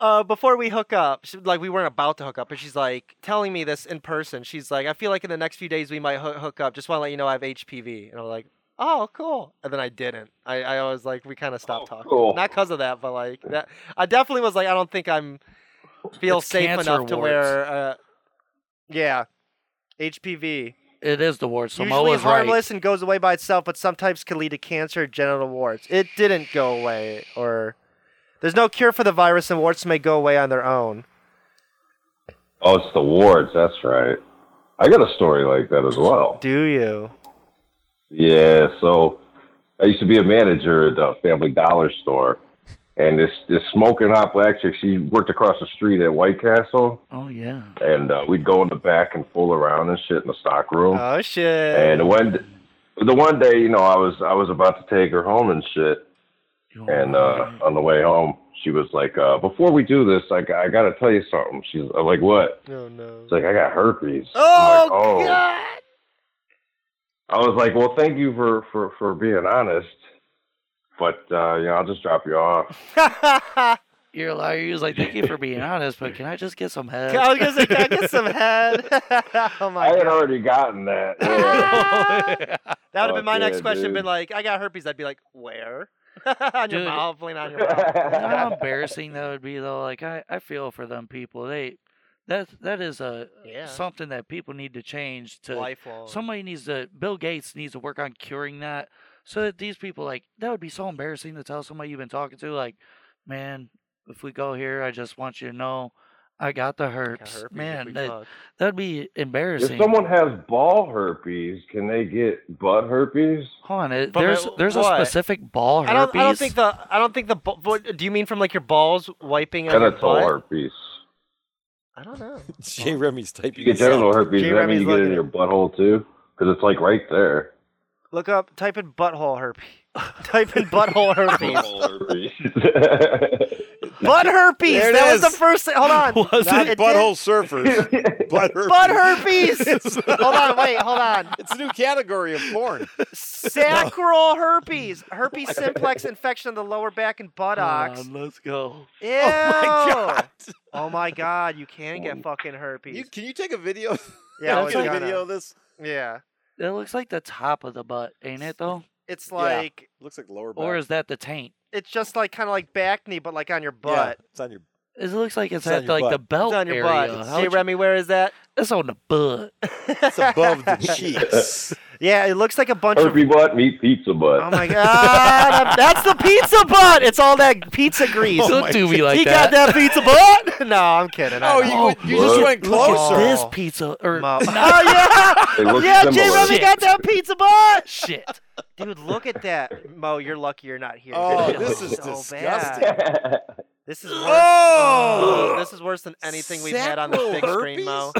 B: uh, before we hook up, she, like we weren't about to hook up, but she's like telling me this in person. She's like, I feel like in the next few days we might hoo- hook up. Just want to let you know I have HPV, and I'm like, oh, cool. And then I didn't. I, I was like, we kind of stopped
C: Oh,
B: talking,
C: cool.
B: not because of that, but like that. I definitely was like, I don't think I'm feel
D: It's
B: safe
D: cancer
B: enough to
D: warts.
B: wear. Uh, yeah, HPV.
D: It is the wart. So
B: Usually
D: Moa's right.
B: harmless and goes away by itself, but sometimes can lead to cancer, or genital warts. It didn't go away, or there's no cure for the virus, and warts may go away on their own.
C: Oh, it's the warts. That's right. I got a story like that as well.
B: Do (laughs) you?
C: Yeah, so I used to be a manager at the Family Dollar store, and this this smoking hot black chick, she worked across the street at White Castle,
D: Oh yeah.
C: and uh, we'd go in the back and fool around and shit in the stock room.
B: Oh shit!
C: and one the one day, you know, I was I was about to take her home and shit,
D: You
C: and uh,
D: wanna-
C: on the way home, she was like, uh, "Before we do this, I, I got to tell you something." She's I'm like, "What?"
B: Oh no!
C: It's like I got herpes.
B: Oh,
C: I'm like, oh.
B: god!
C: I was like, "Well, thank you for for for being honest, but uh, you know, I'll just drop you off."
B: I
D: You're a liar. You was like, thank you for
C: (laughs)
D: being honest, but can I just get some head?
B: was gonna say, can I get some head? (laughs) oh
C: I
B: my
C: had
B: god!
C: already gotten that. Yeah.
B: (laughs) That would have been my
C: Fuck
B: next
C: yeah,
B: question.
C: dude.
B: Been like, I got herpes. I'd be like, where? (laughs) on your
D: Dude.
B: mouth, lean
C: (laughs)
B: on your mouth.
D: You know how embarrassing that would be though. Like I, I feel for them people. They, that that is a
B: Yeah.
D: something that people need to change to.
B: Lifelong.
D: Somebody needs to. Bill Gates needs to work on curing that, so that these people like that would be so embarrassing to tell somebody you've been talking to. Like, man, if we go here, I just want you to know, I got the
B: Got
D: herpes.
B: herpes if we
D: man, that
B: fuck.
D: that'd be embarrassing.
C: if someone has ball herpes, can they get butt herpes?
D: Hold on, it,
B: But ma-
D: there's there's
B: what?
D: a specific ball herpes.
B: I don't. I don't think the. I don't think the. bu- What, do you mean from like your balls wiping? on your
C: Genital
B: butt?
C: herpes.
B: I don't know.
A: (laughs) Jay Remy's
C: You
A: typing.
C: get
A: this out.
C: genital
B: (laughs)
C: herpes.
B: Gee,
C: Does that mean
B: Remy's
C: you get it
B: looking.
C: in your butthole too? Because it's like right there.
B: Look up. Type in butthole herpes. (laughs) type in butthole herpes. (laughs)
D: (laughs)
B: Butt herpes.
A: There it
B: that was
A: is.
B: the first. Thing. Hold on.
D: Was
B: Not-
A: Not
B: it
A: butthole
C: (laughs)
A: surfers. Butt
B: did- Butt
A: herpes.
B: herpes.
A: (laughs) It's,
B: hold on. Wait. Hold on.
A: it's a new category of
B: (laughs)
A: porn.
B: Sacral herpes. Herpes simplex infection of the lower back and buttocks.
D: Hold on, let's go.
B: Ew.
A: Oh my god!
B: Oh my god. You can get fucking herpes.
A: You, can you take a video?
B: yeah. I
A: Can
B: was
A: you take a
B: gonna.
A: video of this.
B: Yeah.
D: That looks like the top of the butt, ain't it though?
B: It's
A: Yeah.
B: like.
A: Looks like lower back.
D: Or is that the taint?
B: It's just like kind of like back knee, but like on your
A: Yeah,
B: butt.
A: it's on your.
D: It looks like
A: It's
D: it's,
A: on
D: at
A: your
D: like the belt
B: It's on your
D: area.
B: butt.
D: How
B: Hey,
D: would you-
B: Remy, where is that?
D: It's on the butt.
A: (laughs) (laughs) It's
B: (laughs)
A: above the cheeks.
B: yeah, it looks like a bunch
C: Herpy
B: of.
C: butt meet pizza butt.
B: Oh my god, that's the pizza butt. It's all that pizza grease.
A: Oh
D: Don't
A: my
D: do me like
B: he got
D: that.
B: that pizza butt. (laughs) no, I'm kidding.
A: (laughs)
B: I
A: Oh,
B: know.
A: you, you just
C: look.
A: went
D: Look at
A: closer.
D: this
B: Oh.
D: pizza
B: (laughs)
D: or
B: Mo-
D: (laughs) not
B: oh
C: They
B: yeah,
C: look
B: yeah. Jay
C: similar.
B: Remy got that pizza butt.
D: shit.
B: Dude, look at that, Mo. You're lucky you're not here.
A: Oh,
B: That
A: this
B: shit
A: is
B: looks so bad.
A: disgusting.
B: This is worse.
A: Oh!
B: this is worse than anything we've had on the
A: Sacral
B: big screen, Mo.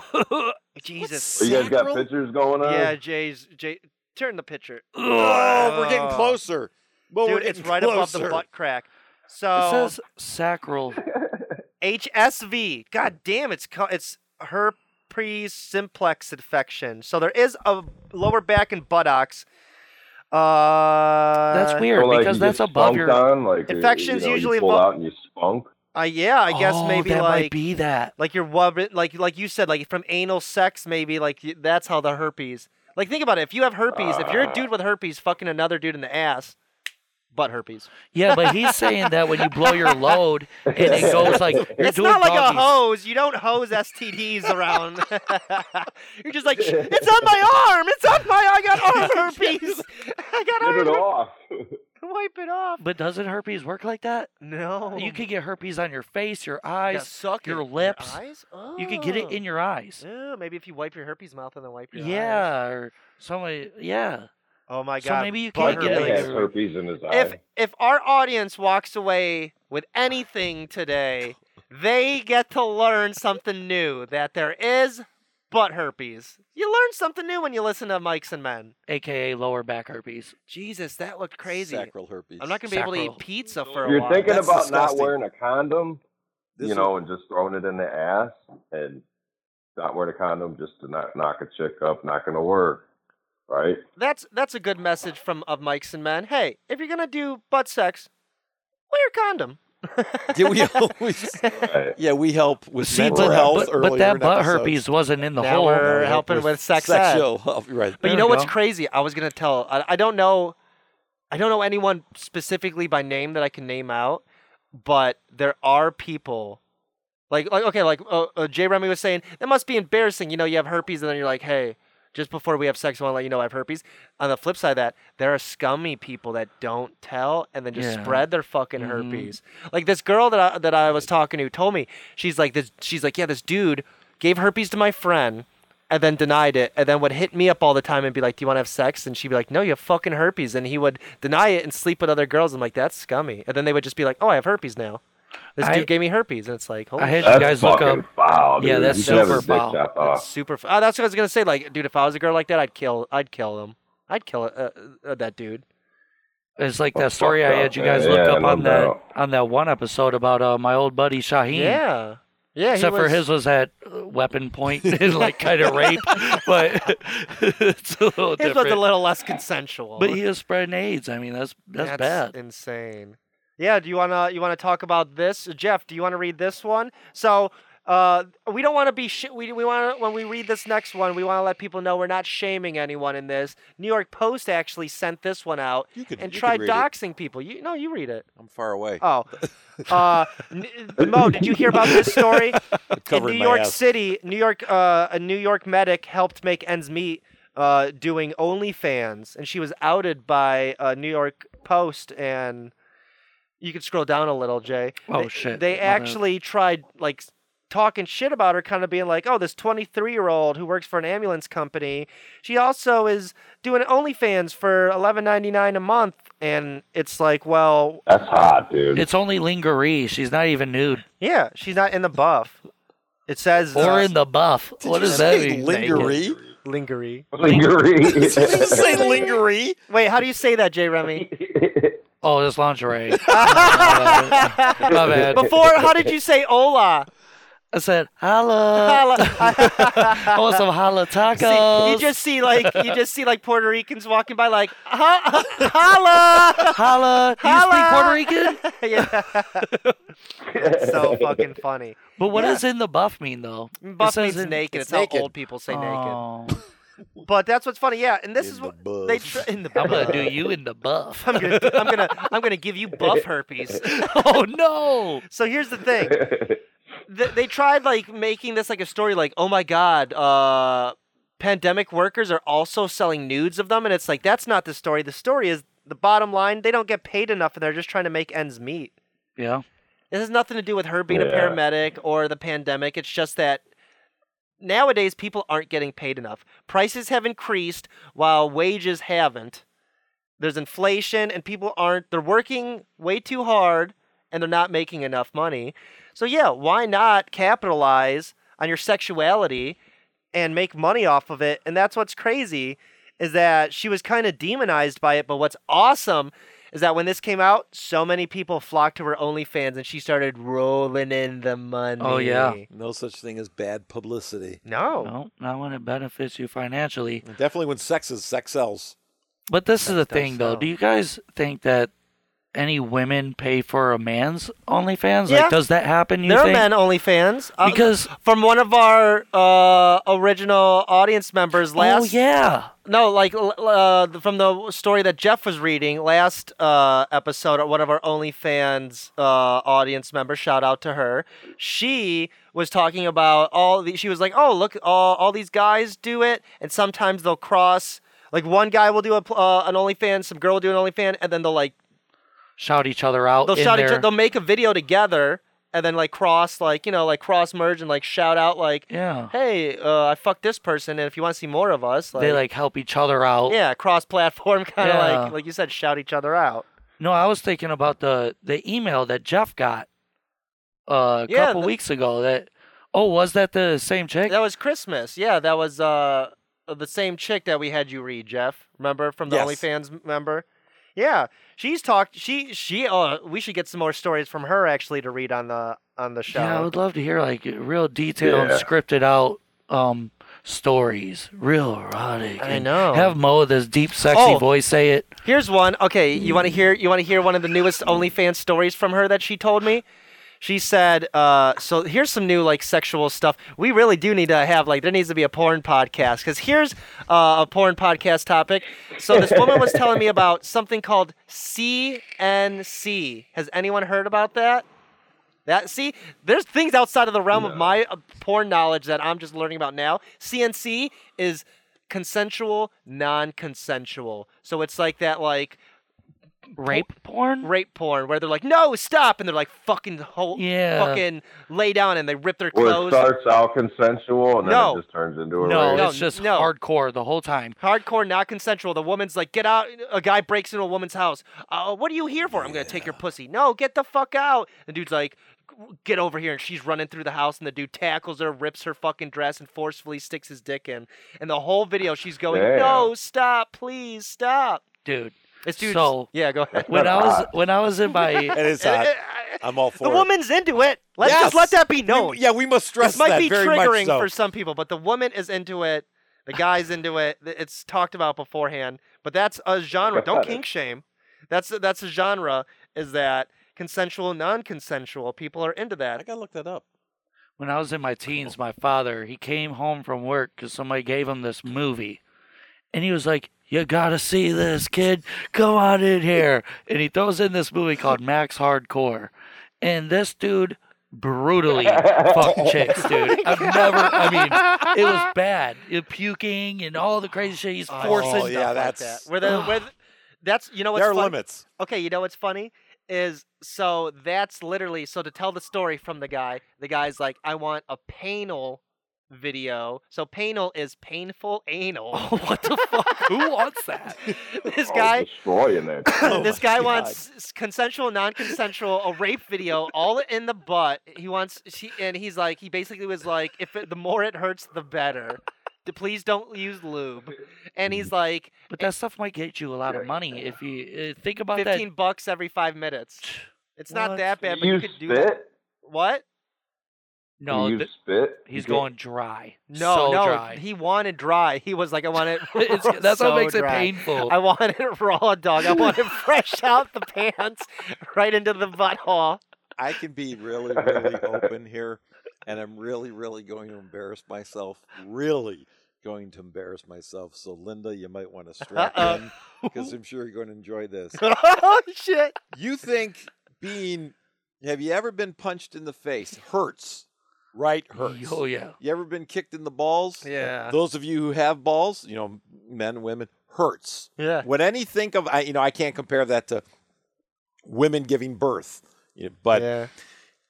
A: Jesus.
C: (laughs) you guys got
A: Sacral-
C: pictures going on?
B: Yeah, Jay's Jay. Turn the picture.
A: Oh, we're getting
B: Oh.
A: closer. Well, we're
B: Dude, it's
A: getting
B: right above the
A: closer.
B: butt crack.
D: (laughs) It
B: So
D: says sacral.
B: HSV. God damn, it's co- it's herpes simplex infection. So there is a lower back and buttocks. Uh,
D: That's weird
C: Or, like,
D: because
C: you get
D: that's above
C: spunked
D: your.
C: on, like, you-
B: Infections
C: you know,
B: usually
C: you pull
B: involve-
C: out and you spunk.
B: Uh, yeah, I guess
D: Oh,
B: maybe
D: that
B: like
D: might be that.
B: like you're rubbing like like you said like from anal sex maybe like y- that's how the herpes. Like think about it. If you have herpes, if you're a dude with herpes fucking another dude in the ass, butt herpes.
D: Yeah, but he's saying that when you blow your load and it goes like you're
B: it's
D: doing
B: not like a
D: doggy.
B: hose. You don't hose STDs around. (laughs) You're just like, it's on my arm. It's on my. I got arm herpes. (laughs) I got
C: Get
B: arm.
C: it off.
B: wipe it off.
D: But doesn't herpes work like that?
B: No.
D: You could get herpes on your face, your
B: You gotta
D: eyes.
B: Oh. suck
D: your
B: it.
D: lips.
B: eyes?
D: You could get it in your eyes.
B: Yeah, maybe if you wipe your herpes mouth and then wipe your eyes.
D: Yeah, or somebody. Yeah.
B: Oh my
D: So
B: god.
D: maybe you
B: bug
D: (laughs)
C: Buster
D: can't get
B: herpes.
D: it.
C: has herpes in his eye.
B: if if our audience walks away with anything today, they get to learn something new that there is butt herpes. You learn something new when you listen to Mikes and Men.
D: AKA lower back herpes.
B: Jesus, that looked crazy.
A: Sacral herpes.
B: I'm not gonna be able to
D: Sacral.
B: eat pizza for a
C: You're
B: while.
C: thinking
A: That's
C: about
A: disgusting.
C: not wearing a condom,
A: This (laughs)
C: you
A: will-
C: know, and just throwing it in the ass and not wearing a condom just to not knock a chick up, not going to work,
D: (laughs)
C: right?
B: that's that's a good message from of Mikes and Men. Hey, if you're gonna do butt sex, wear a condom.
A: Did we (laughs) always?
C: Right.
A: Yeah, we help with
D: See,
A: mental
D: but,
A: health
D: but,
A: earlier
D: but that
A: in
D: butt
A: episodes.
D: herpes wasn't in the
B: now
D: hole.
B: we're
A: Help
B: helping
A: with
B: with sex ed.
A: Sexual health, right?
B: But you
D: There
B: know
D: we
B: what's
D: go.
B: crazy? I was gonna tell. I, I don't know. I don't know anyone specifically by name that I can name out, but there are people, like like okay, like uh, uh, Jay Remy was saying, that must be embarrassing. You know, you have herpes, and then you're like, hey, just before we have sex, I want to let you know I have herpes. On the flip side of that, there are scummy people that don't tell and then just
D: Yeah.
B: spread their fucking
D: Mhm.
B: herpes. Like this girl that I, that I was talking to told me, she's like this. She's like, yeah, this dude gave herpes to my friend and then denied it and then would hit me up all the time and be like, do you want to have sex? And she'd be like, no, you have fucking herpes. And he would deny it and sleep with other girls. I'm like, that's scummy. And then they would just be like, oh, I have herpes now. This
D: I-
B: dude gave me herpes, and it's like, holy
D: I had you
C: That's
D: guys look
C: fucking
D: up.
C: foul. Dude.
D: Yeah, that's
C: You should have
D: super
C: his dick
D: foul.
C: chopped
B: That's
C: off.
B: super. F- oh, that's what I was gonna say. Like, dude, if I was a girl like that, I'd kill. I'd kill him. I'd kill uh, uh, that dude.
D: It's like
C: Oh,
D: that story I
C: fuck
D: had you
C: yeah.
D: guys look
C: Yeah,
D: up
C: no
D: on that
C: doubt.
D: on that one episode about uh, my old buddy Shaheen.
B: Yeah. Yeah. he
D: Except for
B: was-
D: his was at uh, weapon point, (laughs) and like kind
B: (laughs)
D: of rape, but (laughs) it's a little
B: His was
D: different.
B: a little less consensual.
D: But he was spreading AIDS. I mean, that's that's, bad.
B: Insane. Yeah. Do you wanna you wanna talk about this, Jeff? Do you wanna read this one? So. Uh, we don't want to be sh- we we want to when we read this next one, we want to let people know we're not shaming anyone in this. New York Post actually sent this one out
A: You could you
B: and
A: could
B: tried
A: read it.
B: doxing people. You no, you read it.
A: I'm far away.
B: Oh, uh, n- Mo, did you hear about this
D: (laughs)
B: story? in
A: covering
B: New
A: my
B: York
A: ass.
B: City, New York, uh, a New York medic helped make ends meet uh, doing OnlyFans, and she was outed by uh, New York Post. And you could scroll down a little, Jay.
D: Oh,
B: They-
D: shit.
B: They
D: My bad.
B: actually tried like s- talking shit about her, kind of being like, "Oh, this 23-year-old who works for an ambulance company. She also is doing OnlyFans for 11.99 a month." And it's like, well,
C: That's hot, dude.
D: It's only lingerie. She's not even nude
B: yeah, she's not in the buff. It says
D: or
B: uh,
D: in the buff.
A: Did
D: what
A: you
D: does that
A: say
D: mean?
A: Lingerie.
B: lingerie. (laughs)
C: Lingerie.
A: Did you say lingerie?
B: Wait, how do you say that, Jay Remy?
D: Oh, that's lingerie.
B: (laughs) Before,
D: My bad.
B: how did you say hola?
D: I said
B: (laughs)
D: holla. (laughs) I
B: Hola.
D: want some holla
B: See,
D: tacos.
B: you just see like you just see like Puerto Ricans walking by like "Ho- (laughs) hola. (laughs)
D: holla. You speak Puerto
B: Holla.
D: Rican?
B: yeah. It's
C: (laughs)
B: so fucking funny.
D: But what
B: Yeah.
D: does in the buff mean though? It
B: Buff
D: says
B: means
D: in-
B: naked. It's,
A: it's
B: how
A: naked.
B: old people say
D: Oh.
B: naked. But that's what's funny. Yeah, and this
A: In
B: is
A: the
B: what
A: buzz. (laughs)
B: they tr- in the
D: I'm gonna do you in the buff.
B: (laughs) I'm gonna, I'm gonna I'm gonna give you buff herpes.
D: (laughs) oh no.
B: So here's the thing. Th- they tried like making this like a story like oh my god uh pandemic workers are also selling nudes of them and it's like that's not the story the story is the bottom line they don't get paid enough and they're just trying to make ends meet
D: Yeah.
B: this has nothing to do with her being a
C: Yeah.
B: paramedic or the pandemic it's just that nowadays people aren't getting paid enough prices have increased while wages haven't there's inflation and people aren't they're working way too hard and they're not making enough money so yeah why not capitalize on your sexuality and make money off of it and that's what's crazy is that she was kind of demonized by it but what's awesome is that when this came out so many people flocked to her OnlyFans and she started rolling in the money
D: Oh, yeah. Oh,
A: No such thing as bad publicity.
B: no,
D: No, not when it benefits you financially.
A: Definitely when sex is sex (laughs) sells.
D: But this is
B: That
D: the
B: does
D: thing, though.
B: sound-
D: Do you guys think that any women pay for a man's OnlyFans?
B: Yeah.
D: Like, does that happen? You
B: there are
D: think?
B: men OnlyFans Uh,
D: because
B: from one of our uh, original audience members last
D: oh yeah,
B: No, like l- l- uh, from the story that Jeff was reading last uh, episode, or one of our OnlyFans uh, audience members, shout out to her. She was talking about all the. She was like, "Oh, look, all, all these guys do it, and sometimes they'll cross. Like one guy will do a, pl- uh, an OnlyFans, some girl will do an OnlyFans, and then they'll like
D: shout each other out.
B: They'll
D: in
B: shout each
D: their-
B: other. They'll make a video together and then like cross, like you know, like cross merge and like shout out, like,
D: Yeah.
B: "Hey, uh, I fucked this person," and if you want to see more of us, like,
D: they like help each other out.
B: yeah, cross (laughs) platform kind of
D: Yeah.
B: like like you said, shout each other out.
D: No, I was thinking about the the email that Jeff got uh, a
B: Yeah,
D: couple
B: the-
D: weeks ago. That oh, was that the same chick?
B: That was Christmas. Yeah, that was uh the same chick that we had you read, Jeff. Remember from the
A: Yes.
B: OnlyFans member? Yeah, she's talked. She she. Oh, we should get some more stories from her actually to read on the on the show.
D: yeah, I would love to hear like real detailed,
C: Yeah.
D: scripted out um, stories, real erotic.
B: I
D: and
B: know.
D: Have Mo with his deep, sexy
B: Oh.
D: voice say it.
B: Here's one. Okay, you want to hear? You want to hear one of the newest OnlyFans stories from her that she told me? She said, uh, "So here's some new like sexual stuff. We really do need to have like there needs to be a porn podcast because here's uh, a porn podcast topic. So this woman was telling me about something called CNC. Has anyone heard about that? That see, there's things outside of the realm of my uh, porn knowledge that I'm just learning about now. CNC is consensual, non-consensual. So it's like that, like
D: Rape porn.
B: rape porn, where they're like, "No, stop," and they're like, "Fucking hold,
D: Yeah.
B: fucking lay down," and they rip their
C: Well, it
B: clothes.
C: starts out consensual and then
B: No.
C: it just turns into a
D: No,
C: rape.
B: No,
D: it's just
B: no.
D: hardcore the whole time.
B: Hardcore, not consensual. The woman's like, "Get out!" A guy breaks into a woman's house. Uh, what are you here for? I'm gonna take your pussy. No, get the fuck out. The dude's like. Get over here, and she's running through the house, and the dude tackles her, rips her fucking dress, and forcefully sticks his dick in. And the whole video, she's going,
C: Damn.
B: "No, stop, please, stop."
D: Dude,
B: It's dude.
D: So-
B: yeah, go ahead.
D: when I
C: That's (laughs)
D: was
C: hot.
D: when I was in my
A: And it's
B: (laughs)
A: hot. I'm all for
B: the
A: it.
B: woman's into it. Let's just let
A: Yes!
B: that be known.
A: We- yeah, we must stress
B: this might
A: that
B: be
A: very much
B: triggering
A: so.
B: for some people, but the woman is into it. The guy's into it. th- It's talked about beforehand, but that's a genre. Don't
C: Got it.
B: kink shame. That's a, that's a genre. Is that consensual, non-consensual? People are into
A: I
B: that.
A: gotta look that up.
D: when I was in my teens, my father he came home from work because somebody gave him this movie, and he was like, "You gotta see this, kid. Come on in here." And he throws in this movie called Max Hardcore, and this dude
B: (laughs)
D: brutally fucked chicks,
B: Oh
D: dude. I've never. I mean, it was bad. It, puking and all the crazy shit. He's
B: Oh,
D: forcing.
A: yeah,
B: stuff like
A: that's-
B: that. where the where the- that's you know what's
A: there are
B: funny?
A: limits.
B: Okay, you know what's funny is so that's literally so to tell the story from the guy. The guy's like, I want a panel video. So panel is painful anal.
D: (laughs) Oh, what the fuck? Who wants that?
B: (laughs) this
C: Oh,
B: guy, (laughs)
C: destroying that.
A: Oh
B: this
A: my
B: guy
A: God.
B: wants s- consensual, non-consensual, a rape video, all in the butt. He wants, she, and he's like, he basically was like, if it, the more it hurts, the better. D- Please don't use lube. And
D: (laughs)
B: he's like,
D: But that stuff might get you a lot of money if you uh, think about that.
B: fifteen bucks every five minutes. It's not
D: What?
B: that bad, but
C: you
B: you could do that.
C: spit?
B: what?
D: No,
C: you
D: th-
C: spit?
D: He's
C: You
D: going dry.
B: No,
D: so
B: no,
D: dry.
B: he wanted dry. He was like, I want it.
D: (laughs)
B: (laughs)
D: It's- that's
B: so
D: what makes
B: dry.
D: it painful.
B: I want it raw, dog. I want
D: (laughs)
B: it fresh out the pants, right into the butthole. (laughs)
A: I can be really, really open here, and I'm really, really going to embarrass myself. Really going to embarrass myself. So, Linda, you might want to strap
B: Uh-oh.
A: in because I'm sure you're going to enjoy this.
B: oh shit!
A: You think being, have you ever been punched in the face? Hurts. Right? Hurts.
D: Oh yeah.
A: You ever been kicked in the balls?
B: Yeah.
A: (laughs) Those of you who have balls, you know, men, women, hurts.
B: Yeah.
A: When any think of, I, you know, I can't compare that to women giving birth, you know, but
B: yeah.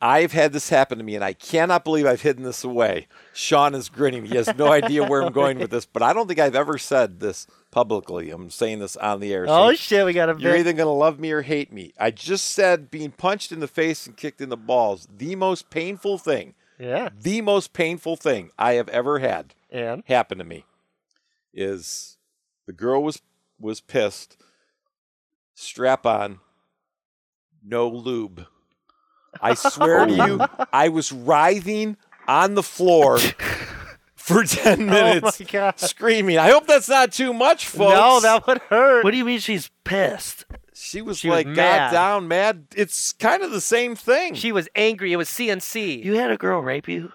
A: I've had this happen to me, and I cannot believe I've hidden this away. Sean is grinning. He
B: (laughs)
A: has no idea where I'm going with this, but I don't think I've ever said this publicly. I'm saying this on the air. so
B: Oh shit! We got a
A: you're
B: bit.
A: either going to love me or hate me. I just said being punched in the face and kicked in the balls, the most painful thing,
B: Yeah.
A: the most painful thing I have ever had
B: And
A: happen to me is the girl was was pissed strap on no lube i swear to you
B: (laughs)
A: i was writhing on the floor for (laughs) 10 minutes
B: oh my god!
A: screaming i hope that's not too much folks
B: No, that would hurt.
D: What do you mean she's pissed?
A: she was
B: She was
A: like
B: mad.
A: got down mad it's kind of the same thing
B: She was angry. It was CNC.
D: You had a girl rape you?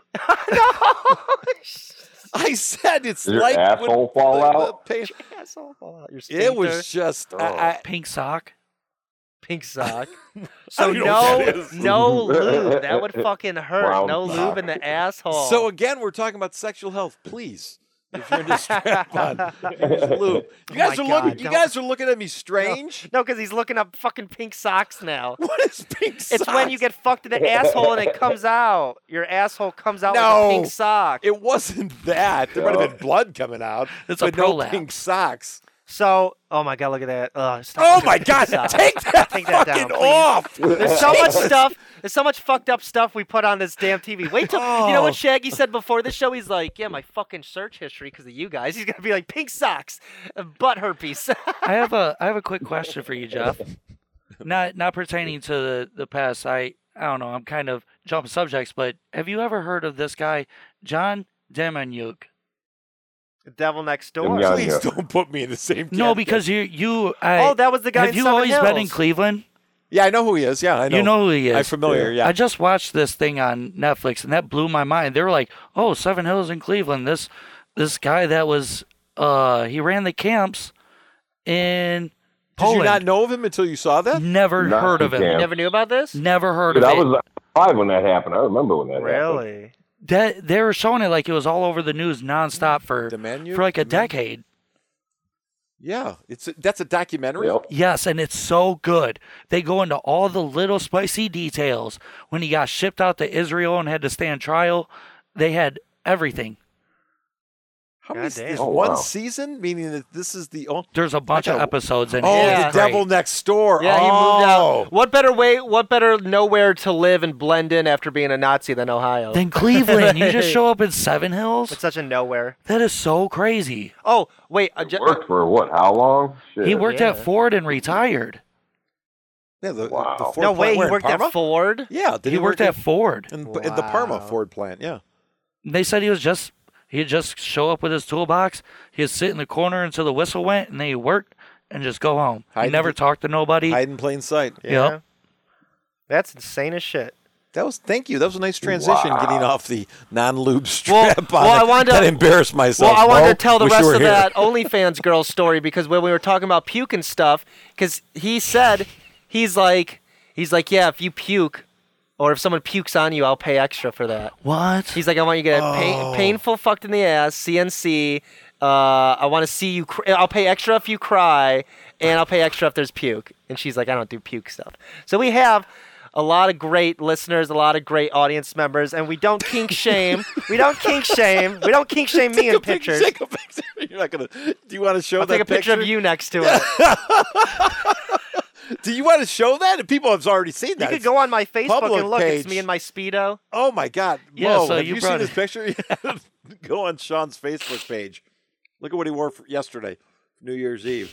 A: (laughs) i said it's
C: Did your
A: like when-
C: asshole fall out?
A: the- the-
B: Asshole fall out. Your
A: it
B: sphincter.
A: was just I, I,
D: Pink sock? Oh,
B: pink sock. so
A: don't know what that
B: (laughs) no,
A: is.
B: no lube. That would fucking hurt.
C: Brown
B: no lube in
C: sock.
B: the asshole.
A: So again, we're talking about sexual health. Please If you're into strap
B: (laughs)
A: on, use lube. You
B: Oh my
A: guys are looking.
B: God,
A: You
B: don't-
A: guys are looking at me strange.
B: No, because he's looking up fucking pink socks now.
A: (laughs) What is pink
B: It's when you get fucked in the asshole and it comes out. Your asshole comes out with a
A: No.
B: pink sock.
A: It wasn't that. There might have
C: No.
A: been blood coming out,
D: It's a
A: but no
D: prolapse.
A: pink socks.
B: So, oh my god, look at that. Ugh, stop
A: Oh
B: looking
A: my
B: at pink
A: god!
B: socks. uh,
D: (laughs)
A: Take that
B: Take that down,
A: fucking
B: please.
A: off.
B: There's so much stuff. There's so much fucked up stuff we put on this damn TV. Wait till you know
A: Oh.
B: what Shaggy said before this show. He's like, "Yeah, my fucking search history because of you guys." He's gonna be like, "Pink socks, uh, butt herpes." (laughs)
D: I have a I have a quick question for you, Jeff. Not not pertaining to the, the past. I I don't know. I'm kind of jumping subjects, but have you ever heard of this guy, John Demanyuk?
B: Devil next door.
C: Them guys.
A: Please don't put me in the same.
D: No,
A: camp.
D: because you you I,
B: Oh, that was the guy.
D: have
B: in
D: you
B: Seven
D: always
B: Hills.
D: been in Cleveland?
A: yeah, I know who he is. Yeah, I know.
D: You know who he is.
A: I'm familiar. Yeah.
D: I just watched this thing on Netflix, and that blew my mind. They were like, "Oh, Seven Hills in Cleveland. This this guy that was uh he ran the camps in
A: Did you
D: Poland.
A: not know of him until you saw
B: Mm-hmm.
A: that?
D: Never
C: Not
D: heard
C: the
D: of him.
B: You
C: camp.
B: never knew about this?
D: Never heard
C: Dude,
D: of
C: I
D: it.
C: was alive when that happened. I remember when that happened.
B: Really?
D: that they were showing it like it was all over the news nonstop for
A: The menu
D: for like a
A: Demenu?
D: decade.
A: Yeah, it's a, that's a documentary.
C: Yep.
D: Yes, and it's so good. They go into all the little spicy details when he got shipped out to Israel and had to stand trial. They had everything.
A: How many?
B: Goddamn.
A: Is
C: Oh,
A: one
C: wow.
A: season, meaning that this is the only.
D: There's a bunch of
A: gotta-
D: episodes in
A: Oh,
D: it.
B: Yeah.
A: the devil next door.
B: Yeah,
A: oh.
B: he moved out. What better way? What better nowhere to live and blend in after being a Nazi than Ohio?
D: Then Cleveland,
B: (laughs)
D: you just show up in Seven Hills.
B: it's such a nowhere.
D: That is so crazy.
B: Oh wait, uh, ju-
C: It worked for what? How long? Shit.
D: He worked
B: Yeah.
D: at Ford and retired.
A: Yeah, the,
C: Wow.
A: the
C: No
A: Ford
B: no
A: plant
B: way. He
A: where in
B: worked at
A: Parma?
B: Ford.
A: Yeah, did
D: he, worked at Ford.
A: in, in the Parma
B: Wow.
A: Ford plant. Yeah.
D: They said he was just he'd just show up with his toolbox. He'd sit in the corner until the whistle went, and then he worked and just go home.
A: Hide
D: he
A: in
D: never
A: the-
D: talked to nobody.
A: Hide in plain sight.
D: Yep.
B: That's insane as shit.
A: That was thank you. That was a nice transition
C: Wow.
A: getting off the non-lube strap on.
B: well, I wanted to-
A: that embarrassed myself.
B: Well, I wanted
A: Mo.
B: to tell the
A: Wish you
B: rest
A: were
B: of
A: here.
B: that OnlyFans girl story because when we were talking about puke and stuff, because he said he's like he's like yeah, if you puke or if someone pukes on you, I'll pay extra for that.
D: What?
B: He's like, I want you to get
A: Oh.
B: pain, painful fucked in the ass, CNC. Uh, I want to see you. Cr- I'll pay extra if you cry, and I'll pay extra if there's puke. And she's like, I don't do puke stuff. So we have a lot of great listeners, a lot of great audience members, and we don't
A: (laughs)
B: kink shame. we don't kink shame. We don't kink shame
A: (laughs)
B: me
A: Take
B: in
A: a picture.
B: pictures.
A: Take a picture. You're not gonna. Do you want to show
B: I'll
A: that
B: take a picture, of you next to it.
A: Do you want to show that? People have already seen
B: You
A: that.
B: could go on my Facebook
A: public
B: and look.
A: page.
B: It's me and my speedo.
A: Oh my God,
D: Yeah,
A: Mo,
D: so
A: have
D: you
A: you, seen
D: brought
A: this
D: it.
A: picture? (laughs) go on Sean's Facebook page. Look at what he wore for yesterday, New Year's Eve.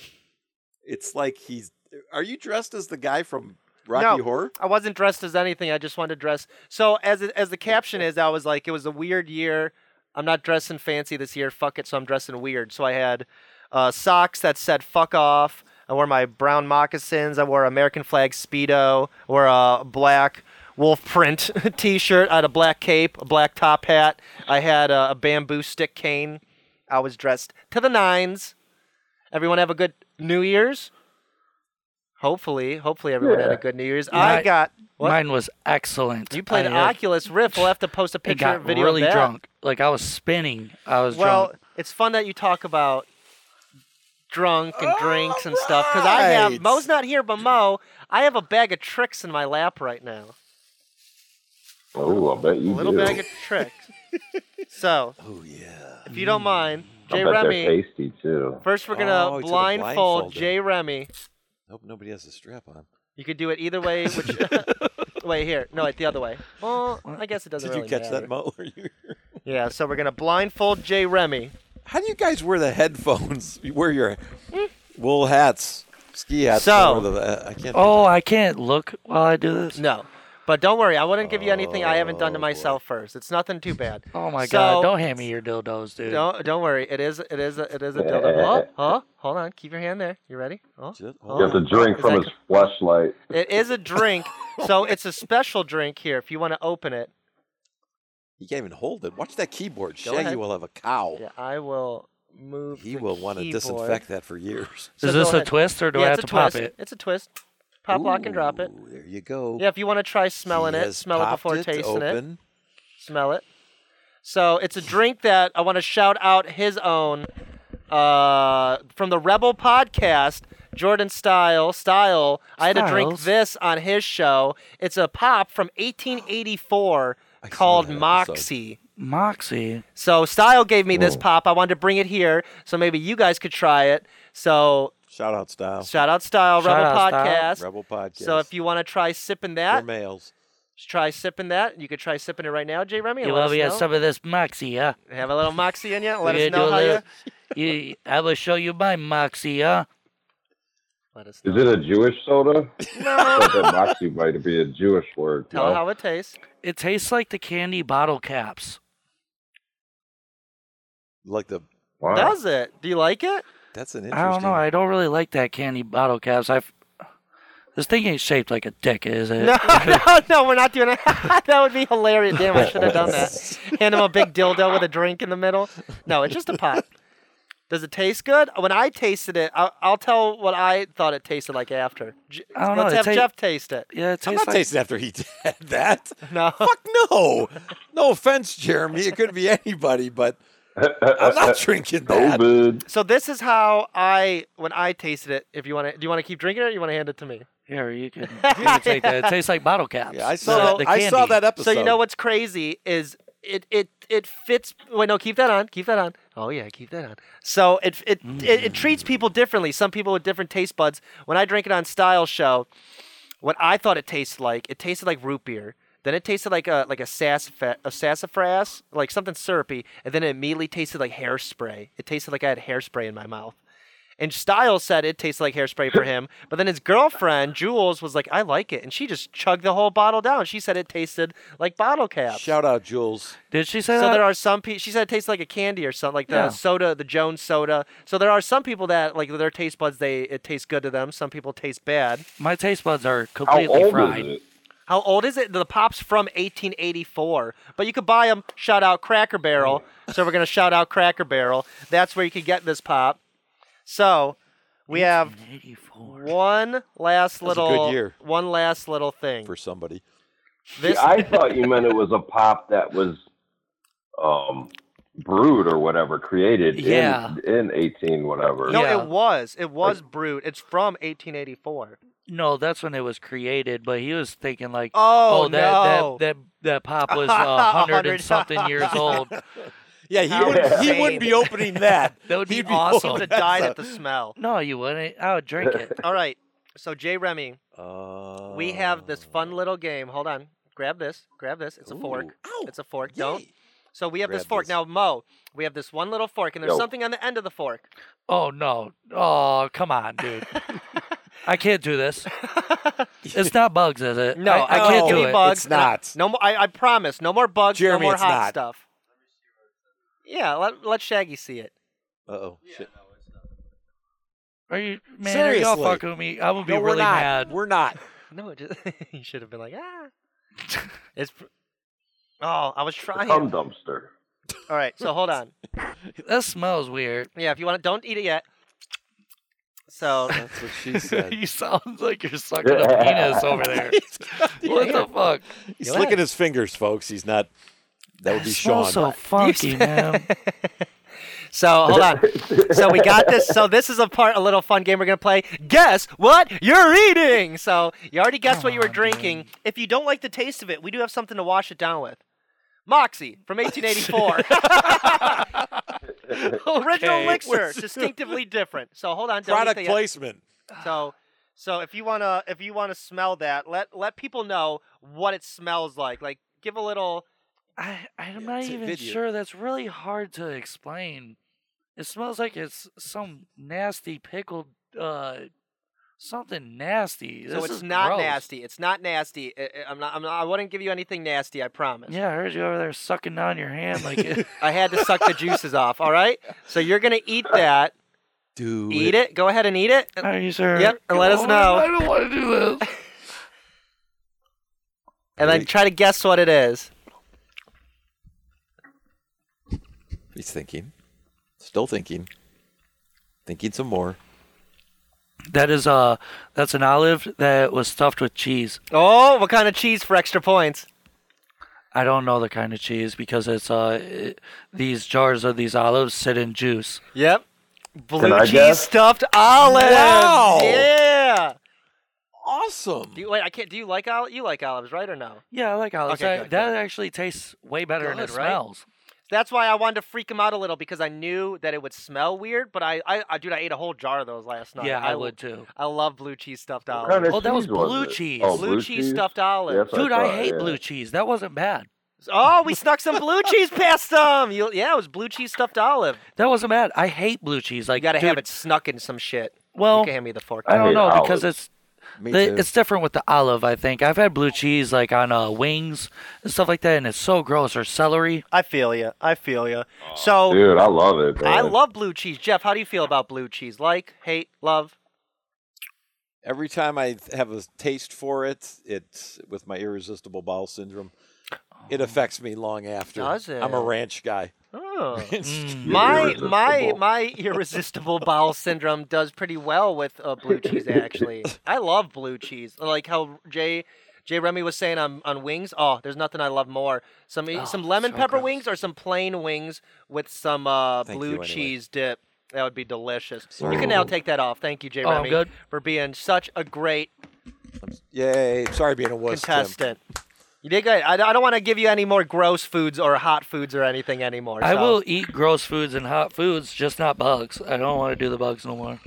A: It's like he's. Are you dressed as the guy from Rocky
B: No.
A: Horror?
B: I wasn't dressed as anything. I just wanted to dress. So as it- as the caption is, I was like, it was a weird year. I'm not dressing fancy this year. Fuck it. So I'm dressing weird. So I had uh, socks that said "fuck off." I wore my brown moccasins. I wore American flag speedo. I wore a black wolf print (laughs) T-shirt. I had a black cape, a black top hat. I had a, a bamboo stick cane. I was dressed to the nines. Everyone have a good New Year's. Hopefully, hopefully everyone had
C: Yeah.
B: a good New Year's.
D: Yeah, I-
B: I got what?
D: Mine was excellent.
B: You played
D: I had-
B: Oculus Rift. We'll have to post a
D: It
B: picture
D: got
B: video
D: really
B: of that.
D: drunk. Like I was spinning. I was
B: Well,
D: drunk.
B: it's fun that you talk about drunk and drinks and stuff because I have
A: Alright.
B: Mo's not here, but Mo, I have a bag of tricks in my lap right now.
C: Oh, I bet
B: A
C: you
B: little
C: do.
B: bag of tricks.
A: (laughs)
B: so,
A: Oh yeah.
B: if you don't mind,
C: I
B: Jay
C: bet
B: Remy.
C: they're tasty too.
B: First, we're
A: Oh,
B: gonna
A: you took a
B: blindfold
A: blindfold
B: Jay Remy.
A: Hope nobody has a strap on.
B: You could do it either way.
A: (laughs)
B: Which, (laughs) wait, here, no, wait, the other way. Well, I guess it doesn't
A: Did you
B: really
A: catch
B: matter.
A: that, (laughs) Mo? Were you-
B: Yeah, so we're gonna blindfold Jay Remy.
A: How do you guys wear the headphones? You wear your wool hats, ski hats.
B: Hmm? So-
A: or the- uh, I can't.
D: Oh, I can't look while I do this.
B: No. But don't worry, I wouldn't give you anything I haven't
A: Oh,
B: done to myself first. It's nothing
A: (laughs)
B: too bad.
D: Oh my
B: So-
D: god! Don't hand me your dildos, dude.
B: Don't don't worry. It is it is a, it is a
A: (laughs)
B: dildo. Oh, oh, hold on. Keep your hand there. You ready? Oh.
A: Just-
B: Oh.
C: You have to drink
B: Is
C: from
B: that
C: his flashlight.
B: It is a drink.
A: (laughs)
B: so it's a special drink here if you want to open it.
A: You can't even hold it. Watch that keyboard.
B: Go
A: Shaggy
B: ahead.
A: will have a cow.
B: Yeah, I will move
A: He
B: the
A: will want to
B: keyboard.
A: disinfect that for years.
B: So
D: is
B: go
D: this a
B: ahead.
D: twist or do
B: yeah,
D: I have
B: it's
D: to
B: a twist.
D: pop it?
B: It's a twist. Pop lock and drop it.
A: Ooh, There you go.
B: Yeah, if you want to try smelling
A: He
B: it,
A: has
B: smell it
A: popped
B: before tasting it. (laughs)
A: open.
B: Smell it. So it's a drink that I want to shout out his own uh, from the Rebel podcast. Jordan Style, Style. I had to drink
D: Styles.
B: this on his show. It's a pop from 1884
A: I saw
B: called
A: that episode.
B: Moxie.
D: Moxie.
B: So Style gave me this
C: Whoa.
B: pop. I wanted to bring it here, so maybe you guys could try it. So
A: Shout out style.
B: shout out Style
D: Shout
B: Rebel
D: out, Style.
B: Podcast.
A: Rebel podcast.
B: So if you want to try sipping
A: for
B: that,
A: males,
B: just try sipping that. You could try sipping it right now, Jay Remy. and
D: You
B: let
D: love
B: us
D: you
B: know.
D: some of this Moxie, huh?
B: Have a little moxie in you.
D: We
B: Let us
D: gonna do
B: know
D: a
B: how you.
D: little- (laughs) you. I will show you my Moxie, huh?
B: Let us know.
C: Is it a Jewish soda?
B: (laughs)
C: I
B: No.
C: thought that moxie might be a Jewish word.
B: Tell
C: no?
B: how it tastes.
D: It tastes like the candy bottle caps.
A: like the
C: Wow. (laughs)
B: Does it? Do you like it?
A: that's an
D: I
A: interesting.
D: don't know. I don't really like that candy bottle caps. I've this thing ain't shaped like a dick, is it?
B: (laughs) No, no, no. We're not doing that. (laughs) that would be hilarious. Damn, I should have
A: (laughs)
B: done
D: (laughs)
B: that. Hand him a big dildo with a drink in the middle. No, it's just a pop. Does it taste good? When I tasted it, I'll, I'll tell what I thought it tasted like after. J-
D: I don't know,
B: Let's
D: it
B: have
D: ta-
B: Jeff taste it.
D: Yeah, it
A: I'm
D: tastes
A: not
D: like
A: tasting after he (laughs) did that.
B: No.
A: Fuck no. No offense, Jeremy. It could be anybody, but I'm
C: (laughs)
A: not drinking that.
C: COVID.
B: So this is how I, when I tasted it. If you want to, do you want to keep drinking it? or You want to hand it to me?
D: here. You can, you can take that. It tastes like bottle caps.
A: Yeah, I
B: So-
A: saw that. I saw
D: candy.
A: that episode.
B: So you know what's crazy is it it it fits. Wait, no, keep that on. Keep that on. Oh yeah, keep that on. So it it it, it treats people differently. Some people with different taste buds. When I drank it on Style Show, what I thought it tasted like, it tasted like root beer. Then it tasted like a like a, sassaf- a sassafras, like something syrupy, and then it immediately tasted like hairspray. It tasted like I had hairspray in my mouth. And Styles said it tasted like hairspray for him, but then his girlfriend Jules was like, "I like it," and she just chugged the whole bottle down. She said it tasted like bottle caps.
A: Shout out, Jules.
D: Did she say
B: so
D: that?
B: there are some people. She said it tastes like a candy or something, like the
D: Yeah.
B: soda, the Jones soda. So there are some people that like their taste buds, they it tastes good to them. Some people taste bad.
D: My taste buds are
C: How
D: completely
C: old
D: fried.
C: is it?
B: How old is it? The pop's from 1884, but you could buy them. Shout out Cracker Barrel. So we're gonna shout out Cracker Barrel. That's where you could get this pop. So we have
D: 1984.
B: one last
A: was a good
B: little
A: year.
B: one last little thing.
A: for somebody.
B: This
C: See, I thought you meant it was a pop that was um, brewed or whatever, created
D: Yeah.
C: in, in 18 whatever.
B: no,
D: Yeah.
B: Oh, it was it was brewed. It's from 1884.
D: No, that's when it was created, but he was thinking like,
B: Oh,
D: (laughs) that, that-
B: no.
D: that that pop
B: (laughs)
D: was uh, hundred and something years old.
A: Yeah, he
B: How
A: wouldn't. He
B: insane.
A: wouldn't be opening that.
D: That would
B: (laughs)
D: be
A: He'd be
B: He
D: awesome.
B: would have died at the smell.
D: (laughs) No, you wouldn't. I would
B: (laughs)
D: drink it.
B: All right. So Jay Remy,
A: Uh,
B: we have this fun little game. Hold on. Grab this. Grab this. It's a fork.
A: Ow,
B: It's a fork.
A: yay.
B: Don't. So we have this
A: Grab
B: fork
A: this.
B: now, Mo. We have this one little fork, and there's
C: Yo.
B: something on the end of the fork.
D: Oh no. Oh come
B: (laughs)
D: on, dude. I can't do this. It's not bugs, is it?
B: No,
D: I, I
A: no,
D: can't do
B: any
D: it.
B: bugs.
A: It's
B: and I-
A: not.
B: no more. I, I promise. No more bugs.
A: Jeremy,
B: no more
A: it's
B: hot
A: not.
B: stuff. Yeah. Let let Shaggy see it.
A: Uh-oh. Shit.
D: Are you man? Are y'all
A: Seriously.
D: fucking with me? I would be
A: no, we're
D: really
A: not.
D: mad.
A: We're not.
B: No, it just, (laughs) you should have been like ah. (laughs) It's. pr- Oh, I was trying.
C: Cum dumpster.
B: All right. So hold on.
D: That smells weird.
B: Yeah. If you want, to, don't eat it yet. So
A: That's what she said.
D: (laughs) you sound like you're sucking
A: (laughs)
D: a penis over
B: (laughs)
D: there. what the fuck?
A: He's
B: Go
A: licking
B: ahead.
A: his fingers, folks. He's not. That would be Sean.
D: smells so
B: (laughs)
D: funky,
B: You-
D: man.
B: (laughs) So hold on. So we got this. So this is a part, a little fun game we're gonna play. Guess what you're eating. So you already guessed what you were
D: Come on, dude.
B: drinking. If you don't like the taste of it, we do have something to wash it down with. Moxie (laughs) from 1884. Original
D: Okay.
B: (laughs) elixir, distinctively different. So hold on. Don't
A: (laughs)
B: eat
A: Product
B: that yet.
A: placement.
B: So, so if you wanna if you wanna smell that, let let people know what it smells like. Like give a little.
D: I, I'm
A: Yeah,
D: not
A: it's a
D: even
A: video.
D: sure. That's really hard to explain. It smells like it's some nasty pickled, uh, something nasty.
B: So
D: This
B: it's
D: is
B: not
D: gross.
B: nasty. It's not nasty. I, I- I'm not, I'm not. I wouldn't give you anything nasty. I promise.
D: Yeah, I heard you over there sucking down your hand like
B: (laughs)
D: it.
B: I had to suck the juices off. All right. So you're gonna eat that.
A: Do
B: Eat it. Go ahead and eat it.
D: Are you sure?
B: Yep, and let us
D: Oh,
B: know.
D: I don't want to do
B: (laughs)
D: this.
B: And then
A: Great.
B: try to guess what it is.
A: He's thinking. Still thinking. Thinking some more.
D: That is uh, that's an olive that was stuffed with cheese.
B: Oh, what kind of cheese for extra points?
D: I don't know the kind of cheese because it's uh it- these jars of these olives sit in juice.
B: Yep.
C: Can
B: Blue
C: I
B: cheese
C: guess?
B: stuffed olives.
A: Wow.
B: Yeah.
A: Awesome.
B: Do you, wait, I can't. Do you like olives? You like olives, right or no?
D: Yeah, I like olives.
B: Okay,
D: I-
B: good,
D: that actually tastes way better and it
B: Good, right?
D: smells.
B: That's why I wanted to freak him out a little because I knew that it would smell weird. But I, I, I dude, I ate a whole jar of those last night.
D: Yeah, I
B: l-
D: would too.
B: I love blue cheese stuffed
C: What
B: olives.
C: kind of
D: Oh, that was
C: cheese was
D: blue
C: it?
D: cheese.
C: Oh,
B: blue, cheese, stuffed olives.
C: That's what
D: Dude, I,
C: thought,
D: hate
C: yeah.
D: blue cheese. That wasn't bad.
B: Oh, we snuck some blue cheese past them. You, yeah, it was blue cheese stuffed olive.
D: That wasn't bad. I hate blue cheese. Like
B: You gotta
D: dude,
B: have it snuck in some shit. you
D: Well,
B: can hand me the fork.
D: I
C: hate
D: don't know because
C: olives.
D: it's
A: Me
D: the,
A: too.
D: it's different with the olive. I think I've had blue cheese like on uh, wings and stuff like that, and it's so gross. Or celery.
B: I feel you. I feel you. So
C: Dude, I love it.
B: oh.
C: Man.
B: I love blue cheese. Jeff, how do you feel about blue cheese? Like, hate, love?
A: Every time I th- have a taste for it, it's with my irresistible bowel syndrome. It affects me long after.
B: Does
A: I'm a
B: it?
A: ranch guy. (laughs)
B: Oh.
A: It's-
D: Mm.
B: My my
C: irresistible.
B: my irresistible bowel syndrome does pretty well with uh, blue cheese. Actually, I love blue cheese. Like how Jay Jay Remy was saying on, on wings. Oh, there's nothing I love more. Some e,
D: Oh,
B: some lemon
D: so
B: pepper
D: gross.
B: wings or some plain wings with some uh,
A: Thank
B: blue
A: you anyway.
B: cheese dip. That would be delicious. You can now take that off. Thank you, Jay
D: Oh, I'm
B: Remy,
D: good.
B: for being such a great
A: Yay. Sorry being a wuss. Tim.
B: contestant. You did good. I, I don't want to give you any more gross foods or hot foods or anything anymore.
D: I
B: so-
D: will eat gross foods and hot foods, just not bugs. I don't want to do the bugs no more.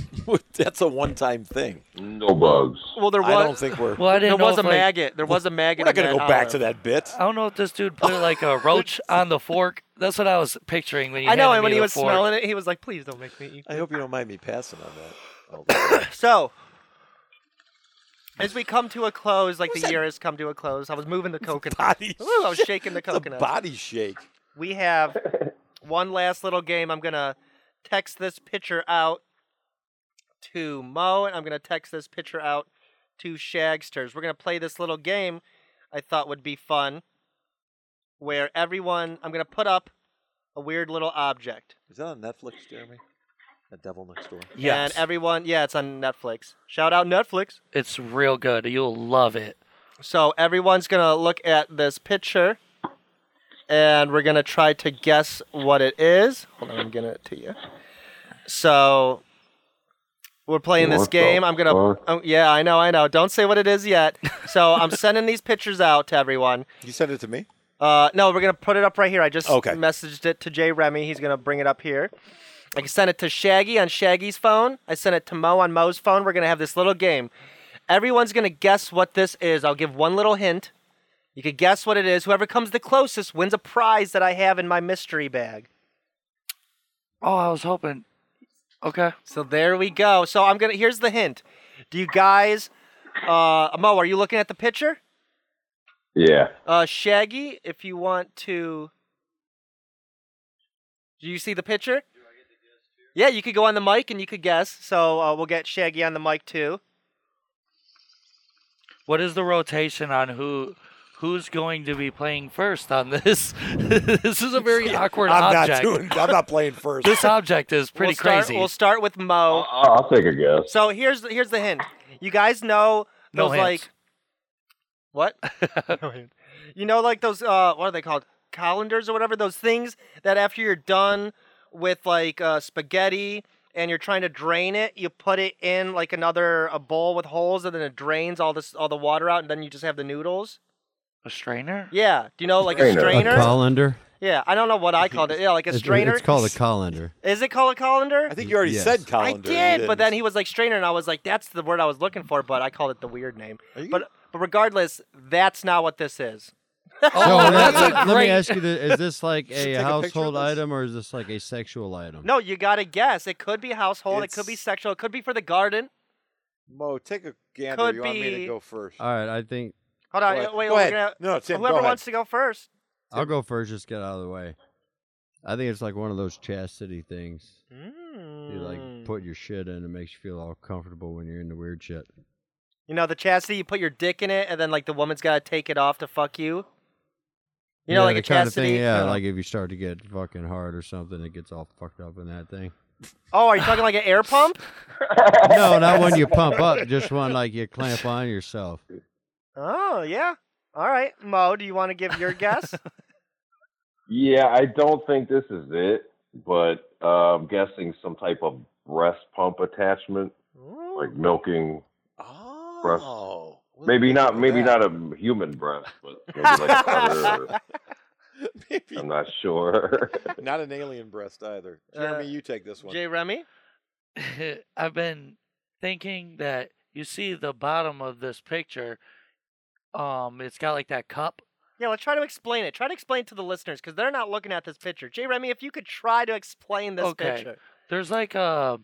A: (laughs) That's a one time thing.
C: no bugs.
B: Well, there was.
A: I don't think we're,
D: Well, I
B: There
D: didn't know
B: was a
D: if, like,
B: maggot. There was a maggot.
A: we're not
B: in
A: going to go back to
B: olive.
A: that bit.
D: I don't know if this dude put like
B: (laughs)
D: a roach on the fork. That's what I was picturing when you.
B: I know,
D: handed
B: and when
D: me
B: he
D: the
B: was
D: fork.
B: smelling it, he was like, "Please don't make me eat."
A: I hope you don't mind me passing on (laughs) that. Oh, Lord.
B: So, as we come to a close, like the year has come to a close, I was moving the coconut.
A: body.
B: Ooh, I was shaking the
A: It's a
B: coconut.
A: body shake.
B: We have one last little game. I'm gonna text this picture out to Mo, and I'm gonna text this picture out to Shagsters. We're gonna play this little game I thought would be fun, where everyone I'm gonna put up a weird little object,
A: Is that on Netflix, Jeremy? The Devil Next Door.
D: Yes,
B: and everyone, yeah, it's on Netflix. Shout out Netflix.
D: it's real good. You'll love it.
B: So everyone's gonna look at this picture, and we're gonna try to guess what it is. Hold on, I'm gonna it to you. So we're playing this
C: What the
B: game. I'm gonna.
C: fuck?
B: Oh, yeah, I know, I know. Don't say what it is yet. So I'm sending these pictures out to everyone.
A: You sent it to me?
B: Uh, no, we're gonna put it up right here. I just
A: Okay.
B: messaged it to Jay Remy. He's gonna bring it up here. I can send it to Shaggy on Shaggy's phone. I sent it to Mo on Mo's phone. We're gonna have this little game. Everyone's gonna guess what this is. I'll give one little hint. You could guess what it is. Whoever comes the closest wins a prize that I have in my mystery bag.
D: Oh, I was hoping. Okay.
B: So there we go. So I'm gonna. Here's the hint. Do you guys, uh, Mo, are you looking at the picture?
C: Yeah.
B: Uh, Shaggy, if you want to. Do you see the picture? Yeah, you could go on the mic and you could guess. So uh, we'll get Shaggy on the mic too.
D: What is the rotation on who who's going to be playing first on this? (laughs) this is a very awkward
A: I'm not
D: object.
A: doing. I'm not playing first.
D: (laughs) this object is pretty
B: we'll start,
D: crazy.
B: We'll start with
C: I-
B: Mo.
C: I- I'll take a guess.
B: So here's the- here's the hint. You guys know
D: No
B: those
D: hints.
B: like what?
D: (laughs)
B: you know like those uh what are they called? Colanders or whatever those things that after you're done with like uh, spaghetti and you're trying to drain it, you put it in like another a bowl with holes and then it drains all this all the water out and then you just have the noodles.
D: a strainer?
B: Yeah, do you know like a
C: Strainer. A
E: A
B: strainer?
E: colander.
B: yeah, I don't know what
E: (laughs)
B: I called it. Yeah, like a
E: It's-
B: strainer.
E: It's called a colander.
B: Is it called a colander?
A: I think you already
E: Yes.
A: said
B: I
A: colander. You
B: did, but
A: didn't.
B: then he was like strainer, and I was like, "That's the word I was looking for," but I called it the weird name.
A: Are you-
B: But but regardless, that's not what this is.
E: So
D: (laughs) Oh,
E: let-
D: that's
E: let,
D: a
E: let me
D: great.
E: ask you: this, Is this like
A: should
E: a
A: take a picture of
E: household
A: this.
E: item or is this like a sexual item?
B: No, you gotta guess. It could be household. It could be
A: It's-
B: sexual. It could be for the garden.
A: Mo, take a gander.
B: Could
A: you want me
B: be-
A: to go first?
E: All right, I think
B: Hold
A: Go
B: on,
A: ahead.
B: wait.
A: Go
B: we're
A: ahead.
B: gonna-
A: No, Tim, go
B: whoever
A: ahead.
B: wants to go first.
E: I'll go first. Just get out of the way. I think it's like one of those chastity things. You like
B: Mm.
E: put your shit in. It makes you feel all comfortable when you're in the weird shit.
B: You know the chastity. You put your dick in it, and then like the woman's gotta take it off to fuck you. You know,
E: Yeah,
B: like
E: the
B: a
E: kind of
B: chastity.
E: thing. Yeah,
B: uh,
E: like if you start to get fucking hard or something, it gets all fucked up in that thing.
B: oh, are you talking like an (laughs) air pump?
C: (laughs)
B: (laughs)
E: No, not when you pump up. Just when like you clamp on yourself.
B: Oh yeah. All right, Mo, do you want to give your (laughs) guess?
C: Yeah, I don't think this is it, but uh, I'm guessing some type of breast pump attachment, like
B: Ooh.
C: milking.
A: Oh. Well,
C: Maybe
A: look
C: not,
A: at
C: maybe
A: that.
C: not a human breast, but maybe like another.
A: (laughs) Maybe
C: I'm not sure.
A: not an alien breast either.
B: Uh,
A: Jeremy, you take this one.
B: Jay Remy?
D: (laughs) I've been thinking that you see the bottom of this picture. Um, it's got like that cup.
B: Yeah, let's try to explain it. Try to explain it to the listeners because they're not looking at this picture. Jay Remy, if you could try to explain this
D: Okay.
B: picture.
D: There's like a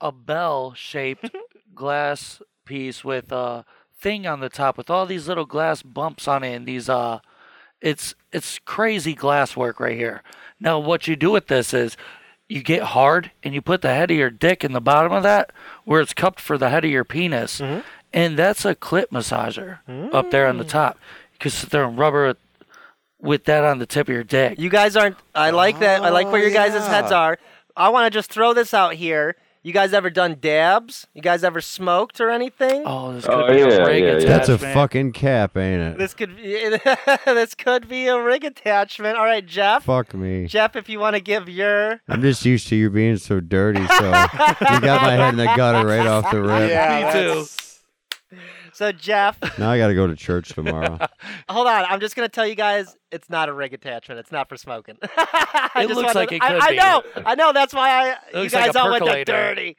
D: a bell shaped glass piece with a thing on the top with all these little glass bumps on it and these uh it's it's crazy glass work right here. Now what you do with this is you get hard and you put the head of your dick in the bottom of that where it's cupped for the head of your penis. And that's a clit massager up there on the top. You can sit there and rubber it with that on the tip of your dick.
B: You guys aren't. I like that. I like where
A: Oh,
B: your guys' heads
A: yeah.
B: are. I want to just throw this out here. You guys ever done dabs? You guys ever smoked or anything?
D: Oh, this could
C: Oh,
D: be
C: yeah,
D: a rig
C: yeah, yeah.
E: That's a
D: attachment.
E: fucking cap, ain't
B: (laughs)
E: it?
B: This could be. (laughs) this could be a rig attachment. All right, Jeff. (laughs)
E: Fuck me.
B: Jeff, if you want to give your.
E: I'm just used to you being so
B: (laughs)
E: dirty, so Oh, (laughs) you got my head in the gutter right off the rip.
A: yeah,
D: Me too.
A: that's-
B: So Jeff,
E: Now I got to go to church tomorrow.
B: hold on. I'm just gonna tell you guys, it's not a rig attachment. It's not for smoking. (laughs) I
D: It
B: just wanted-
D: looks like it
B: I,
D: could
B: I
D: be.
B: know. I know. That's why I. you
D: looks
B: guys
D: like a
B: all went to
D: percolator.
B: dirty.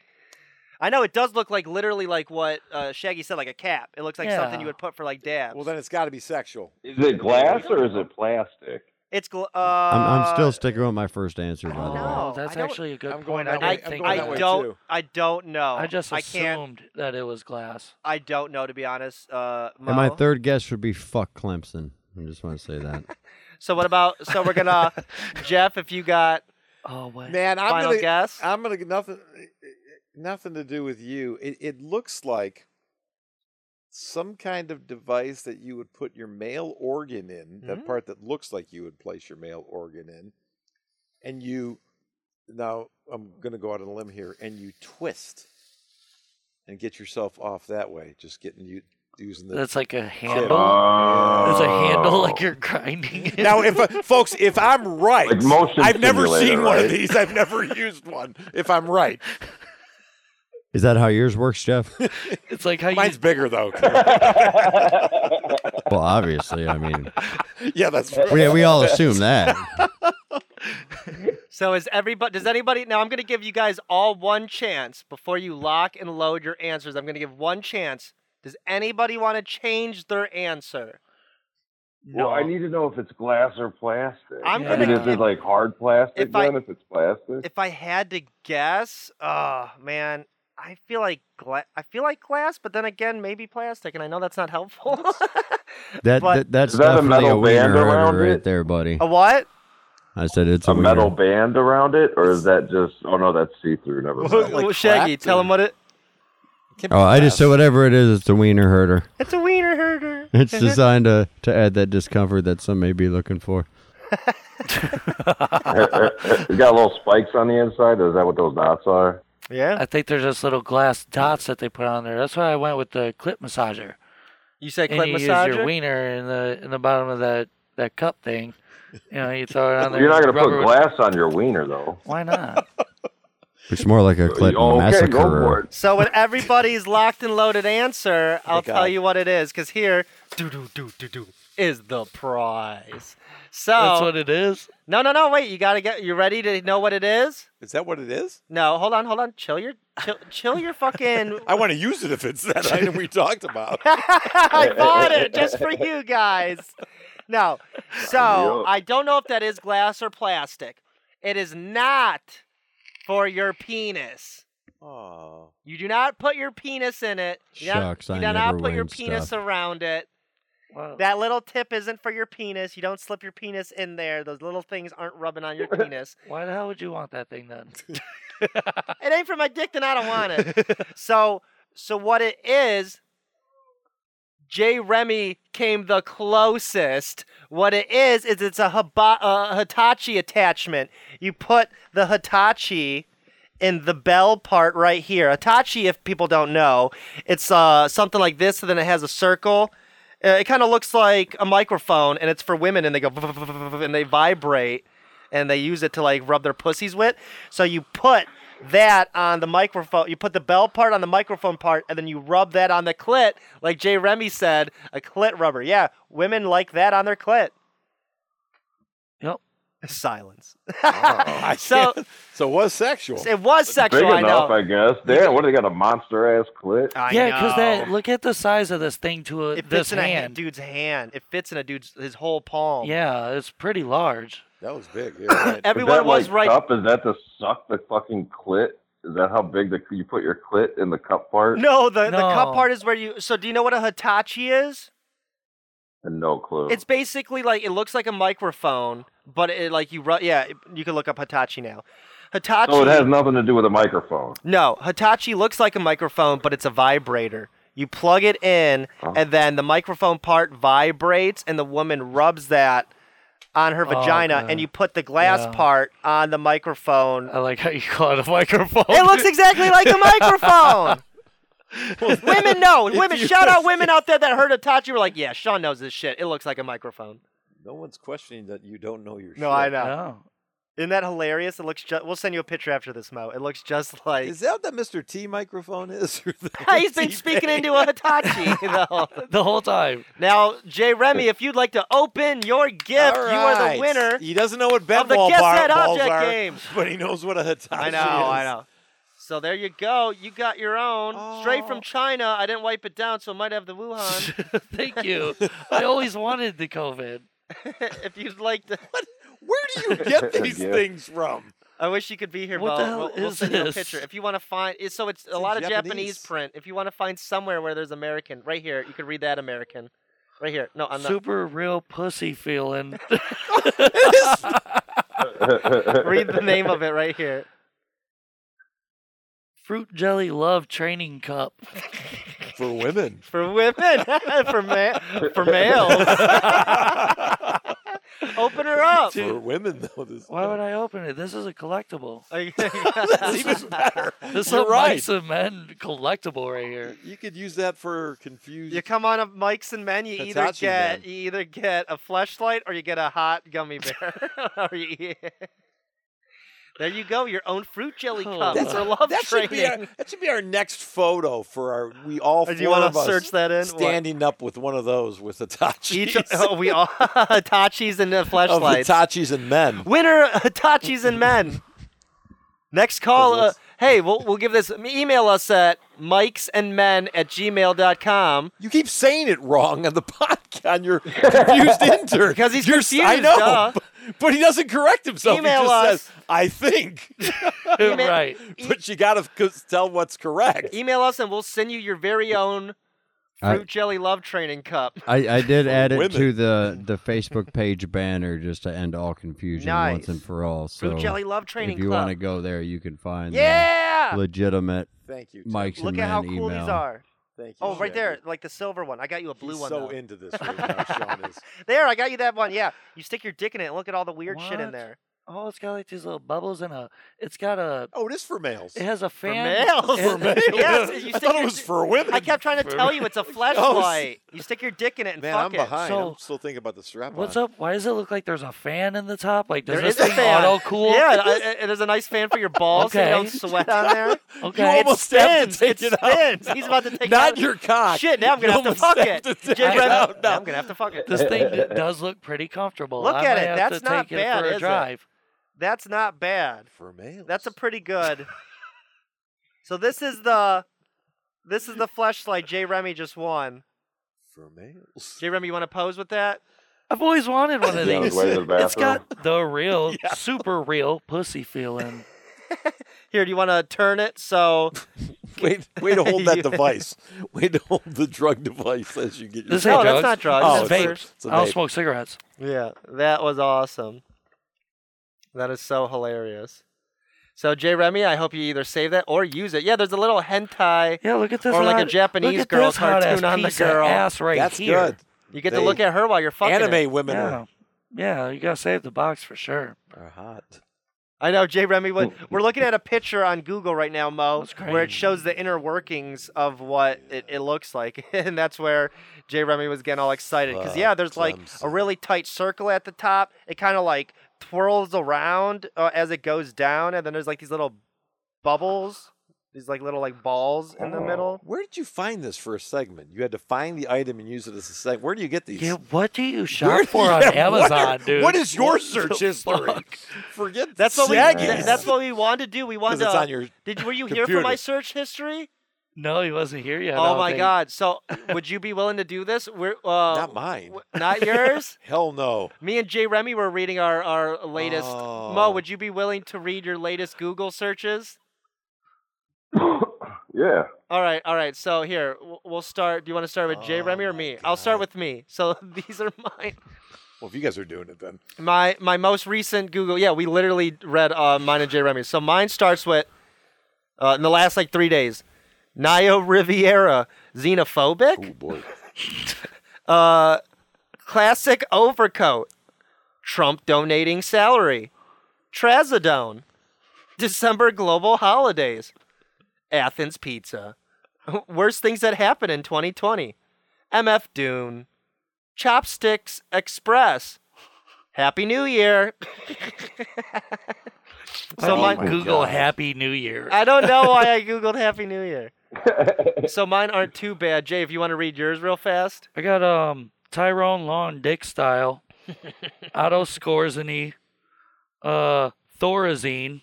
B: I know it does look like literally like what uh, Shaggy said, like a cap. It looks like something
D: Yeah.
B: you would put for like dabs.
A: Well, then it's got to be sexual.
C: (laughs) Is it glass or is it plastic?
B: It's gl- uh,
E: I'm, I'm still sticking with my first answer, by the way.
B: know.
D: Oh, that's
B: I don't-
D: actually a good
A: I'm going
D: point.
A: that
D: I
A: way-
D: didn't
A: I'm
D: think
A: going that
D: of
B: I
A: way,
D: that.
B: don't.
A: too.
B: I don't know.
D: I just
B: I can't.
D: assumed that it was glass.
B: I don't know to be honest. Uh,
E: And my
B: Mo.
E: third guess would be fuck Clemson. I just want to say that.
B: so what about? So we're (laughs)
D: (laughs)
B: gonna Jeff. If you got
D: Oh wait.
A: Man, I'm
B: final
A: gonna,
B: guess,
A: I'm gonna nothing, eh, nothing to do with you. It, it looks like some kind of device that you would put your male organ in. That
B: Mm.
A: part that looks like you would place your male organ in, and you. Now I'm gonna go out on a limb here, and you twist, and get yourself off that way. Just getting you using the
D: That's like a
A: Oh.
D: handle.
C: Oh.
D: There's a handle like you're grinding.
A: (laughs)
D: it.
A: Now, if uh, folks, if I'm right,
C: Like motion
A: I've never
C: simulator,
A: seen one of
C: right?
A: these. I've never (laughs) used one. If I'm right,
E: Is that how yours works,
B: (laughs)
E: Jeff?
D: (laughs) it's like how you
A: mine's bigger though.
E: Well, obviously. I mean,
A: yeah, that's right.
E: we, we all assume that.
B: so is everybody? Does anybody? Now I'm gonna give you guys all one chance before you lock and load your answers. I'm gonna give one chance. Does anybody want to change their answer?
C: (laughs) Well, I need to know if it's glass or plastic.
B: I'm
C: I mean,
D: gonna-
C: is it like hard plastic
B: if I-
C: then? if it's plastic,
B: If I had to guess, oh man, I feel like gla- I feel like glass, but then again, maybe plastic, and I know that's not helpful. (laughs)
E: That,
B: But-
E: that that's
C: Is that a
E: definitely
C: metal
E: wiener
C: band
E: herder
C: around
E: right
C: it?
E: there, buddy.
B: a what?
E: I said it's a,
C: a metal
E: wiener.
C: band around it, or is that just? Oh no, that's see through. Never
A: Well,
C: mind.
A: like
B: well, Shaggy,
A: cracked
B: tell
A: or-
B: him what it.
E: Oh, I just said whatever it is, it's a wiener
B: (laughs)
E: herder.
B: It's a wiener herder.
E: It's designed to, to add that discomfort that some may be looking for.
C: (laughs) it got little spikes on the inside. Is that what those dots are?
B: yeah.
D: I think there's just little glass dots that they put on there. That's why I went with the clip massager.
B: You say
D: And
B: clip
D: you use your
B: massager.
D: wiener in the in the bottom of that that cup thing. You know, you throw
C: (laughs)
D: it on there.
C: You're not
D: you
C: gonna
D: rubber
C: put
D: with-
C: glass on your wiener though.
D: Why not?
E: It's
C: (laughs)
E: more like a clit
C: okay,
E: massacre.
C: go for it.
B: So when everybody's locked and loaded answer, I'll
A: Thank God.
B: tell you what it is, because here, do do do do do is the prize. So
D: That's what it is.
B: no no no wait, you gotta get you ready to know what it is?
A: Is that what it is?
B: No, hold on, hold on, chill your chill, chill your fucking. (laughs)
A: I want to use it if it's that item we talked about.
B: I bought it just for you guys. No, so
C: Yup.
B: I don't know if that is glass or plastic. It is not for your penis.
A: Oh,
B: You do not put your penis in it. You do not-
E: Shucks,
B: you
E: I
B: do
E: never
B: not put your
E: win
B: penis
E: stuff.
B: around it.
D: Wow.
B: That little tip isn't for your penis. You don't slip your penis in there. Those little things aren't rubbing on your penis.
D: Why the hell would you want that thing then?
B: (laughs) It ain't for my dick, then I don't want it. so, so what it is? J. Remy came the closest. What it is is it's a hiba- uh, Hitachi attachment. You put the Hitachi in the bell part right here. Hitachi, if people don't know, it's uh, something like this, and then it has a circle, Uh, It kind of looks like a microphone, and it's for women, and they go (laughs) and they vibrate, and they use it to like rub their pussies with. So you put that on the microphone. You put the bell part on the microphone part, and then you rub that on the clit, like Jay Remy said, a clit rubber. Yeah, women like that on their clit.
D: Yep.
B: Silence.
A: I
B: So-
A: can't- so it was sexual.
B: It was sexual.
C: Big
B: I
C: enough,
B: know.
C: I guess. Damn, what do they got? A monster ass clit?
B: I
D: yeah, because
B: know.
D: that look at the size of this thing to a,
B: It
D: this
B: fits in a ha-
D: hand.
B: dude's hand. It fits in a dude's his whole palm.
D: yeah, it's pretty large.
A: That was big.
B: (coughs)
A: Yeah, right.
C: Is
B: Everyone
C: that,
B: was
C: like,
B: right.
C: Cup? Is that to suck the fucking clit? Is that how big the you put your clit in the cup part?
B: No, the the cup
D: No.
B: part is where you. So do you know what a Hitachi
C: (laughs)
B: is?
C: No clue.
B: It's basically like it looks like a microphone, but it like you run. Yeah, you can look up Hitachi now. Hitachi.
C: so Oh, it has nothing to do with a
B: (laughs)
C: microphone.
B: No, Hitachi looks like a microphone, but it's a vibrator. You plug it in,
C: Oh.
B: and then the microphone part vibrates, and the woman rubs that on her
D: Oh,
B: vagina, and
D: okay.
B: you put the glass
D: Yeah.
B: part on the microphone.
D: I like how you call it a (laughs) microphone.
B: It looks exactly like
D: (laughs)
B: a microphone. women know. Women,
A: you-
B: shout
C: (laughs)
B: out women out there that heard Hitachi were like, yeah, Sean knows this shit. It looks like a microphone.
A: no one's questioning that you don't know your shit.
B: No, I know.
D: No.
B: Isn't that hilarious? It looks just. We'll send you a picture after (laughs) this, Mo. It looks just like.
A: Is that what that Mr. T microphone is? Or the
B: (laughs) He's been
A: T (laughs)
B: speaking
A: thing?
B: into a (laughs) Hitachi. though.
D: The whole time. (laughs)
B: Now, Jay Remy, if you'd like to open your gift,
A: All
B: you are
A: right.
B: the winner
A: He doesn't know what Ben
B: of the
A: Wall
B: Guess
A: bar-
B: That
A: balls
B: Object
A: are, (laughs)
B: game.
A: but he knows what a Hitachi
B: I know,
A: is.
B: I know. So there you go. You got your own straight
A: Oh.
B: from China. I didn't wipe it down, so it might have
A: (laughs)
B: the Wuhan. (laughs)
D: Thank you. I always wanted the COVID.
B: if you'd like to.
A: Where do you
B: (laughs)
A: get these
C: Yeah.
A: things from?
B: I wish you could be here,
D: What
B: Mo.
D: the hell
B: we'll, we'll
D: is
B: send you a
D: this?
B: picture. If you want to find, it- so it's, a
A: in
B: lot of Japanese.
A: Japanese.
B: print. If you want to find somewhere where there's American, right here, you could read that American, right here. No, I'm not.
D: Super real pussy
B: (laughs)
D: feeling. (laughs)
B: Read the name of it right (laughs) here.
D: Fruit jelly love training cup.
A: For
B: (laughs)
A: women.
B: For women, for ma-
A: (laughs)
B: for males. Open her up.
A: For women, though. This
D: Why would I open it? This is a collectible.
A: (laughs)
B: (laughs)
A: That's
B: That's
A: even better.
D: This is
A: You're
D: a
A: right.
D: mice and men collectible
A: (laughs)
D: right here.
A: You could use that for confused.
B: You come on a Mike's and Men, you either
A: Hitachi
B: get
A: man.
B: you either get a flashlight or you get a hot gummy bear. (laughs) Or you- There you go, your own fruit jelly
D: Oh,
B: cup
A: That's-
B: for love
A: that should
B: training.
A: be our, that should be our next photo for our we all
B: Or
A: four
B: Oh, do you want
A: of
B: to
A: us
B: search that in? What?
A: standing up with one of those with Hitachi.
B: Each, oh, we all (laughs) Hitachis and
A: (laughs)
B: uh,
A: of
B: flashlights.
A: Hitachis and men.
B: Winner Hitachis and men. Next call. Uh,
A: Let's-
B: hey, we'll, we'll give this. Email us at Mike's and Men at gmail.com.
A: You keep saying it wrong on the (laughs) podcast on your
B: (laughs)
A: confused intern.
B: Because he's
A: You're, s- I
B: confused,
A: know,
B: duh.
A: but, but he doesn't correct himself.
B: Email
A: he just
B: us.
A: says, "I think," (laughs)
B: Email-
D: right.
A: but you got to tell what's correct.
B: Email us and we'll send you your very own
E: I-
B: fruit jelly love training cup.
C: (laughs)
E: I, I did add it
A: women.
E: to the, the Facebook page banner just to end all confusion
B: Nice.
E: once and for all. So
B: fruit jelly love
E: if
B: training
E: you
B: club.
E: want to go there, you can find the
B: yeah.
E: legitimate
A: Thank you, Tim.
E: Mike's
B: Look
E: and
B: at how
E: Men
B: cool
E: email.
B: these are.
A: Thank you.
B: Oh, right
A: Shaggy.
B: there, like the silver one. I got you a blue
A: He's
B: one.
A: so
B: though.
A: into
B: (laughs)
A: this right now, Sean is.
B: There, I got you that one. Yeah, you stick your dick in it. and Look at all the weird shit in
D: What?
B: there.
D: Oh, it's got like these little bubbles and a. It's got a.
A: Oh, it is for
B: (laughs)
A: males.
D: It has a
B: For
D: fan.
B: males.
D: For males.
B: (laughs) yes,
A: I
B: you stick
A: thought
B: your
A: it was
B: di-
A: for women.
B: I kept trying to tell you it's a flashlight.
A: (laughs)
B: You stick your dick in it and
A: Man,
B: fuck
A: I'm
B: it.
A: behind.
D: So-
A: I'm still thinking about the strap
D: (laughs) What's
B: (laughs)
A: on.
D: up? Why does it look like there's a fan in the top? Like, does
B: There
D: this
B: is a
D: thing
B: fan.
D: auto cool? (laughs)
B: Yeah, I, I- there's a nice fan for your balls so you
D: Okay.
B: don't sweat on (laughs) there.
D: Okay.
A: You almost have to
B: Spins.
A: take
B: It
A: it out.
B: spins. He's
A: (laughs)
B: about to take it
A: Not
B: out.
A: your cock.
B: Shit, now I'm going
A: You
B: to have to
A: almost
B: fuck
A: have
B: it.
A: to take
B: Jay
A: it
B: Brennan-
A: out.
B: now
A: No.
B: I'm going to have to (laughs) fuck it.
D: This thing d- does look pretty comfortable.
B: Look
D: I
B: at
D: might
B: it.
D: have
B: That's
D: to
B: not
D: take
B: bad,
D: it
B: is
D: for
B: it?
D: a drive.
B: That's not bad.
A: (laughs) For males.
B: That's a pretty (laughs) good. so this is the this is the flashlight Jay Remy just won.
A: for males. (laughs)
B: Jay Remy, you want to pose with that?
D: I've always wanted one of
C: Yeah, I was
D: these.
C: way to the bathroom.
D: (laughs) It's got the
B: (laughs)
D: real, super real pussy feeling.
B: Here, do you want to turn it so
A: Wait, way to hold that
B: Yeah.
A: device. Way to hold the drug device as you get your.
D: This
B: No,
D: ain't
B: that's not drugs.
D: drugs. This
A: Oh,
D: is
A: it's-
D: vape.
A: it's a
D: I don't
A: vape.
D: smoke cigarettes.
B: (laughs) Yeah, that was awesome. That is so hilarious. So Jay Remy, I hope you either save that or use it. Yeah, there's a little hentai.
D: Yeah, look at this.
B: Or like a
D: hot-
B: Japanese
D: look at
B: girl's
D: this hot ass
B: cartoon on the
D: piece of
B: girl.
D: Ass right
A: That's
D: here.
A: good.
B: You get
A: They-
B: to look at her while you're fucking it.
A: Anime women
D: Yeah. yeah, you gotta save the box for sure.
A: are, are hot.
B: I know, Jay Remy. What, (laughs) we're looking at a picture on Google right now, Mo,
D: That's
B: where it
D: crazy.
B: shows the inner workings of what it, it looks like, (laughs) and that's where Jay Remy was getting all excited because yeah, there's like a
A: Clemson.
B: really tight circle at the top. It kind of like twirls around uh, as it goes down, and then there's like these little bubbles, these like little like balls in the
C: Oh.
B: middle.
A: Where did you find this for a segment? You had to find the item and use it as a segment. Where do you get these?
D: Yeah, what do you shop
A: Where-
D: for on
A: yeah, (laughs) what
D: Amazon,
A: are-
D: dude?
A: What is your
D: the
A: search history?
D: fuck?
A: Forget
B: That's what we.
A: Saggies.
B: that- that's what we wanted to do. We
A: 'Cause
B: wanted
A: it's
B: to.
A: on your.
B: did were you here for my
A: computer.
B: search history?
D: No, he wasn't here yet. I
B: oh
D: don't
B: my
D: think.
A: (laughs)
B: God! So would you be willing to do this? We're uh,
A: not mine.
B: w-
A: (laughs)
B: not yours.
A: Hell no.
B: Me and Jay Remy were reading our our latest. Mo,
A: Oh.
B: would you be willing to read your latest Google searches?
C: (laughs) yeah.
B: All right, all right. So here, w- we'll start. Do you want to start with Jay
A: Oh
B: Remy or
A: my
B: me? I'll start
A: God.
B: with me. So (laughs) these are mine.
A: Well, if you guys are doing it, then
B: My my most recent Google. Yeah, we literally read uh, mine and Jay Remy. So mine starts with uh, in the last like three days. Nio Riviera xenophobic.
A: boy,
B: (laughs) Uh, classic overcoat. Trump donating salary. Trazodone. December global holidays. Athens pizza. (laughs) Worst things that happened in 2020. MF Dune. Chopsticks Express. Happy New Year.
D: Why
B: so
A: Oh
D: do you
B: my,
C: my
D: Google
C: God.
D: Happy New Year.
B: I don't know why I googled Happy New Year. So mine aren't too bad. Jay, if you want to read yours real fast.
D: I got um Tyrone Long Dick style, Otto Scorzini, uh Thorazine,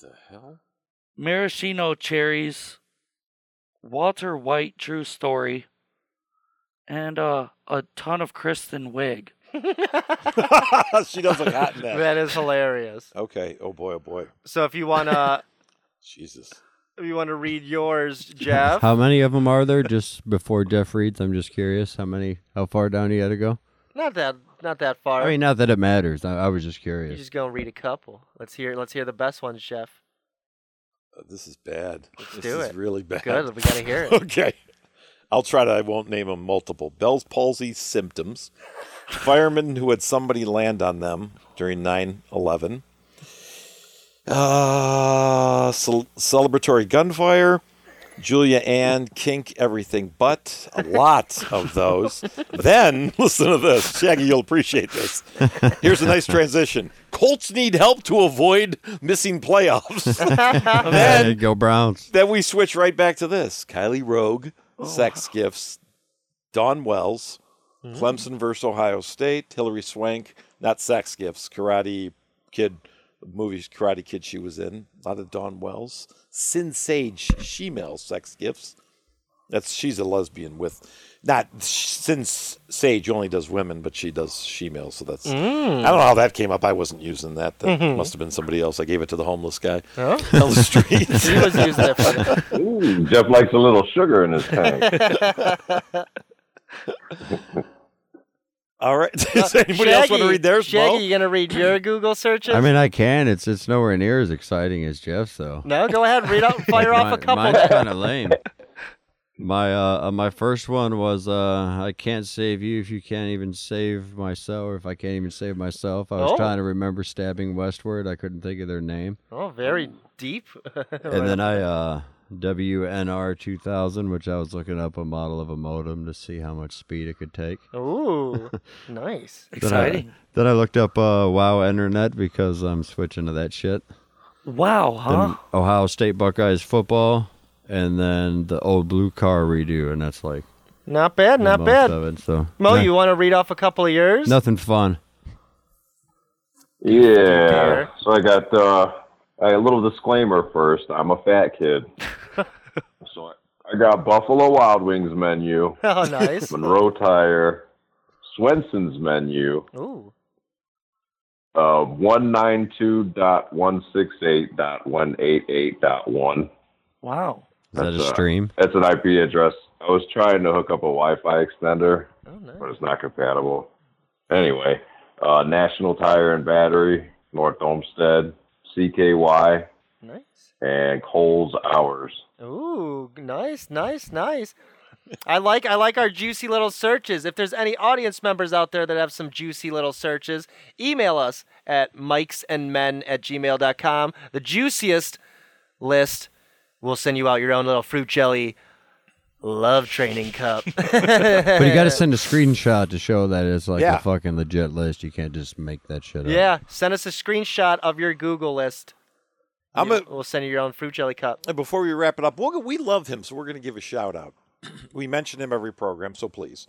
A: the hell?
D: Maraschino cherries, Walter White true story, and uh a ton of Kristen Wig.
A: (laughs) she does look hot in that.
B: That is hilarious.
A: Okay. Oh boy. Oh boy.
B: So if you wanna
A: Jesus.
B: if you wanna read yours, Jeff.
E: (laughs) How many of them are there? Just before Jeff reads, I'm just curious how many, how far down you got to go.
B: (laughs) Not that not that far.
E: I mean, not that it matters. I, I was just
B: You're
E: curious.
B: just gonna read a couple. Let's hear let's hear the best ones, Jeff.
A: Uh, This is bad.
B: Let's
A: this
B: do
A: is
B: it.
A: really bad.
B: Good,
E: (laughs)
B: we gotta hear it.
A: (laughs) okay. I'll try to. I won't name them multiple. Bell's palsy symptoms. Firemen who had somebody land on them during 9 11. Uh, cel- celebratory gunfire. Julia Ann, kink, everything but. A lot of those. then, (laughs) listen to this. Shaggy, you'll appreciate this. Here's a nice transition Colts need help to avoid missing playoffs. (laughs)
E: Yeah,
A: then,
E: (laughs) go Browns.
A: then we switch right back to this Kylie Rogue,
B: Oh.
A: sex gifts, Don Wells,
B: Hmm.
A: Clemson versus Ohio State, Hillary Swank, not sex gifts, Karate Kid, movies Karate Kid she was in, a lot of Don Wells, Sin Sage, Shemale sex gifts. That's she's a lesbian with, not since Sage only does women, but she does shemale. So
B: Hmm.
A: that's I don't know how that came up. I wasn't using that. That
B: Mm-hmm.
A: must have been somebody else. I gave it to the homeless guy (laughs)
B: Oh.
A: on the street.
B: (laughs) He was using it
E: (laughs)
B: for the-
C: Ooh, Jeff likes a little sugar
B: (laughs)
C: in his tank.
A: All right. (laughs) Does anybody else want to
B: Uh, Shaggy-
A: read theirs?
B: Shaggy,
A: Mo?
B: you gonna read your Google searches?
E: I mean, I can. It's it's nowhere near as exciting as Jeff's though.
B: no, go ahead, read out
E: (laughs)
B: fire off a
E: Mine-
B: couple.
E: Mine's kind of lame. My uh, uh, my first one was uh, I can't save you if you can't even save myself. Or if I can't even save myself, I was
B: Oh.
E: trying to remember stabbing Westward. I couldn't think of their name.
B: Oh, very deep.
E: And then I uh, WNR 2000, which I was looking up a model of a modem to see how much speed it could take.
B: Ooh, nice.
E: Then I-
D: Exciting.
E: Then I looked up uh, Wow Internet because I'm switching to that shit.
D: Wow, huh?
E: Then Ohio State Buckeyes football, and then the old blue car redo, and that's like
B: Not bad, not
E: most
B: bad.
E: of it. So
B: Mo,
E: Yeah.
B: you want to read off a couple of yours?
E: Nothing fun.
C: yeah.
B: Beer.
C: So I got uh, a little disclaimer first. I'm a fat kid. so I, I got Buffalo Wild Wings menu,
B: (laughs) Oh,
E: (laughs)
B: nice.
C: Monroe Tire, Swenson's menu,
B: Ooh,
C: uh, 192.168.188.1.
D: Wow.
E: Is that
C: That's,
E: a
C: uh,
E: stream?
C: That's an IP address. I was trying to hook up a Wi-Fi extender,
B: oh,
C: but
B: nice.
C: it's not compatible. Anyway, uh, National Tire and Battery, North Olmsted, CKY,
B: Nice.
C: and Coles Hours.
B: Ooh, nice, nice, nice. I like I like our juicy little searches. If there's any audience members out there that have some juicy little searches, email us at mikesandmen at gmail.com. The juiciest list. We'll send you out your own little fruit jelly love training cup.
E: (laughs) But you
B: (laughs)
E: got to send a screenshot to show that it's like
A: Yeah.
E: a fucking legit list. You can't just make that shit up.
B: Yeah, send us a screenshot of your Google list.
A: I'm
B: You-
A: a,
B: we'll send you your own fruit jelly cup.
A: And before we wrap it up, we'll, we love him, so we're going to give a shout out. (clears throat) we mention him every program, so please.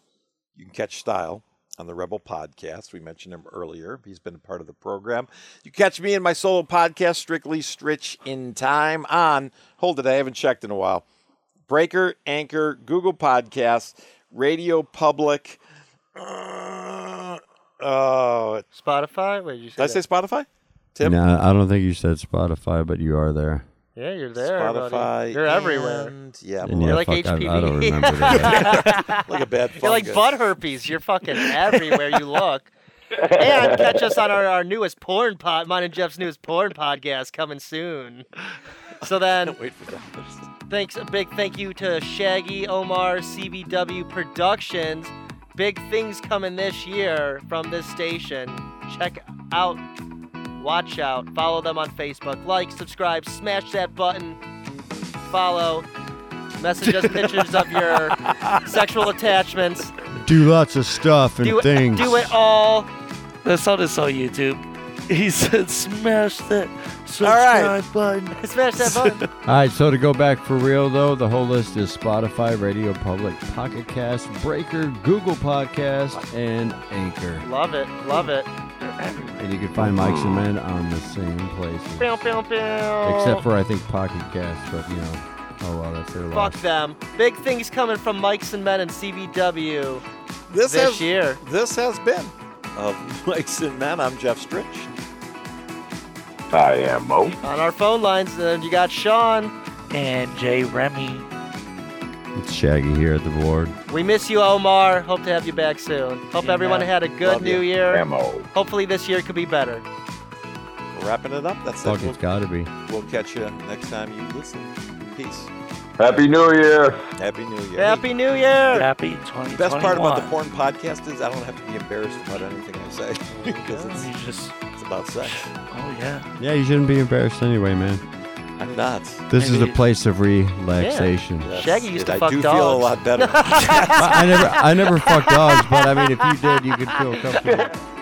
A: You can catch Style on the Rebel Podcast. We mentioned him earlier. He's been a part of the program. You catch me in my solo podcast, Strictly Stritch in Time, on hold it, I haven't checked in a while. Breaker, Anchor, Google Podcasts, Radio Public. Uh, oh,
B: Spotify? What did you say?
A: did I say Spotify? Tim?
E: No, I don't think you said Spotify, but you are there.
B: yeah, you're there. buddy.
A: Spotify.
B: You're everywhere.
A: and- yeah,
E: And
A: boy.
E: yeah,
B: like
E: fuck, I, I
B: HPV. (laughs)
E: don't remember that.
A: like a bad
B: You're like
A: fungus.
B: butt herpes. You're fucking everywhere you look. (laughs) And catch us on our, our newest porn pod, mine and Jeff's newest porn podcast coming soon. So then,
A: Wait for that.
B: thanks a big thank you to Shaggy Omar CBW Productions. Big things coming this year from this station. Check out, watch out, follow them on Facebook, like, subscribe, smash that button, follow, message us pictures of your
E: (laughs)
B: sexual attachments.
E: do lots of stuff and
B: do it,
E: things.
B: do it all.
D: That sound is on YouTube. (laughs) He said, "Smash that subscribe
A: right.
D: button."
B: Smash that button.
E: (laughs) All right, so to go back for real though, the whole list is Spotify, Radio Public, Pocket Cast, Breaker, Google Podcast, and Anchor.
B: love it. Love it.
E: And you can find Mike's and Men on the same places,
B: Pew, pew, pew.
E: except for I think Pocket Cast, but you know, oh well, that's their
B: Fuck
E: loss.
B: them. Big things coming from Mikes and Men and CBW
A: This,
B: this
A: has,
B: year.
A: this has been of Mikes and Men. I'm Jeff Stritch.
C: I am Mo.
B: On our phone lines, then you got Sean.
D: And Jay Remy.
E: It's Shaggy here at the board.
B: We miss you, Omar. Hope to have you back soon. Hope
D: Yeah.
B: everyone had a good
A: Love
B: new
A: you.
B: year.
C: Ammo.
B: Hopefully this year could be better.
A: We're wrapping it up. That's
E: Fuck,
A: it.
E: it's gotta be.
A: We'll, we'll catch you next time you listen. Peace.
C: Happy New Year.
A: Happy New Year.
B: Happy New Year.
D: Happy 2021.
A: Best part about the porn podcast is I don't have to be embarrassed about anything I say (laughs) because it's,
D: You just,
A: it's about sex.
D: oh yeah.
E: Yeah, you shouldn't be embarrassed anyway, man.
A: I'm not.
E: This is
D: Maybe-
E: the place of relaxation.
A: Yes,
B: Shaggy used to
A: I
B: fuck
A: do feel a
B: dogs. (laughs)
A: lot better.
E: I, I never, I never fucked dogs, but I mean, if you did, you could feel comfortable.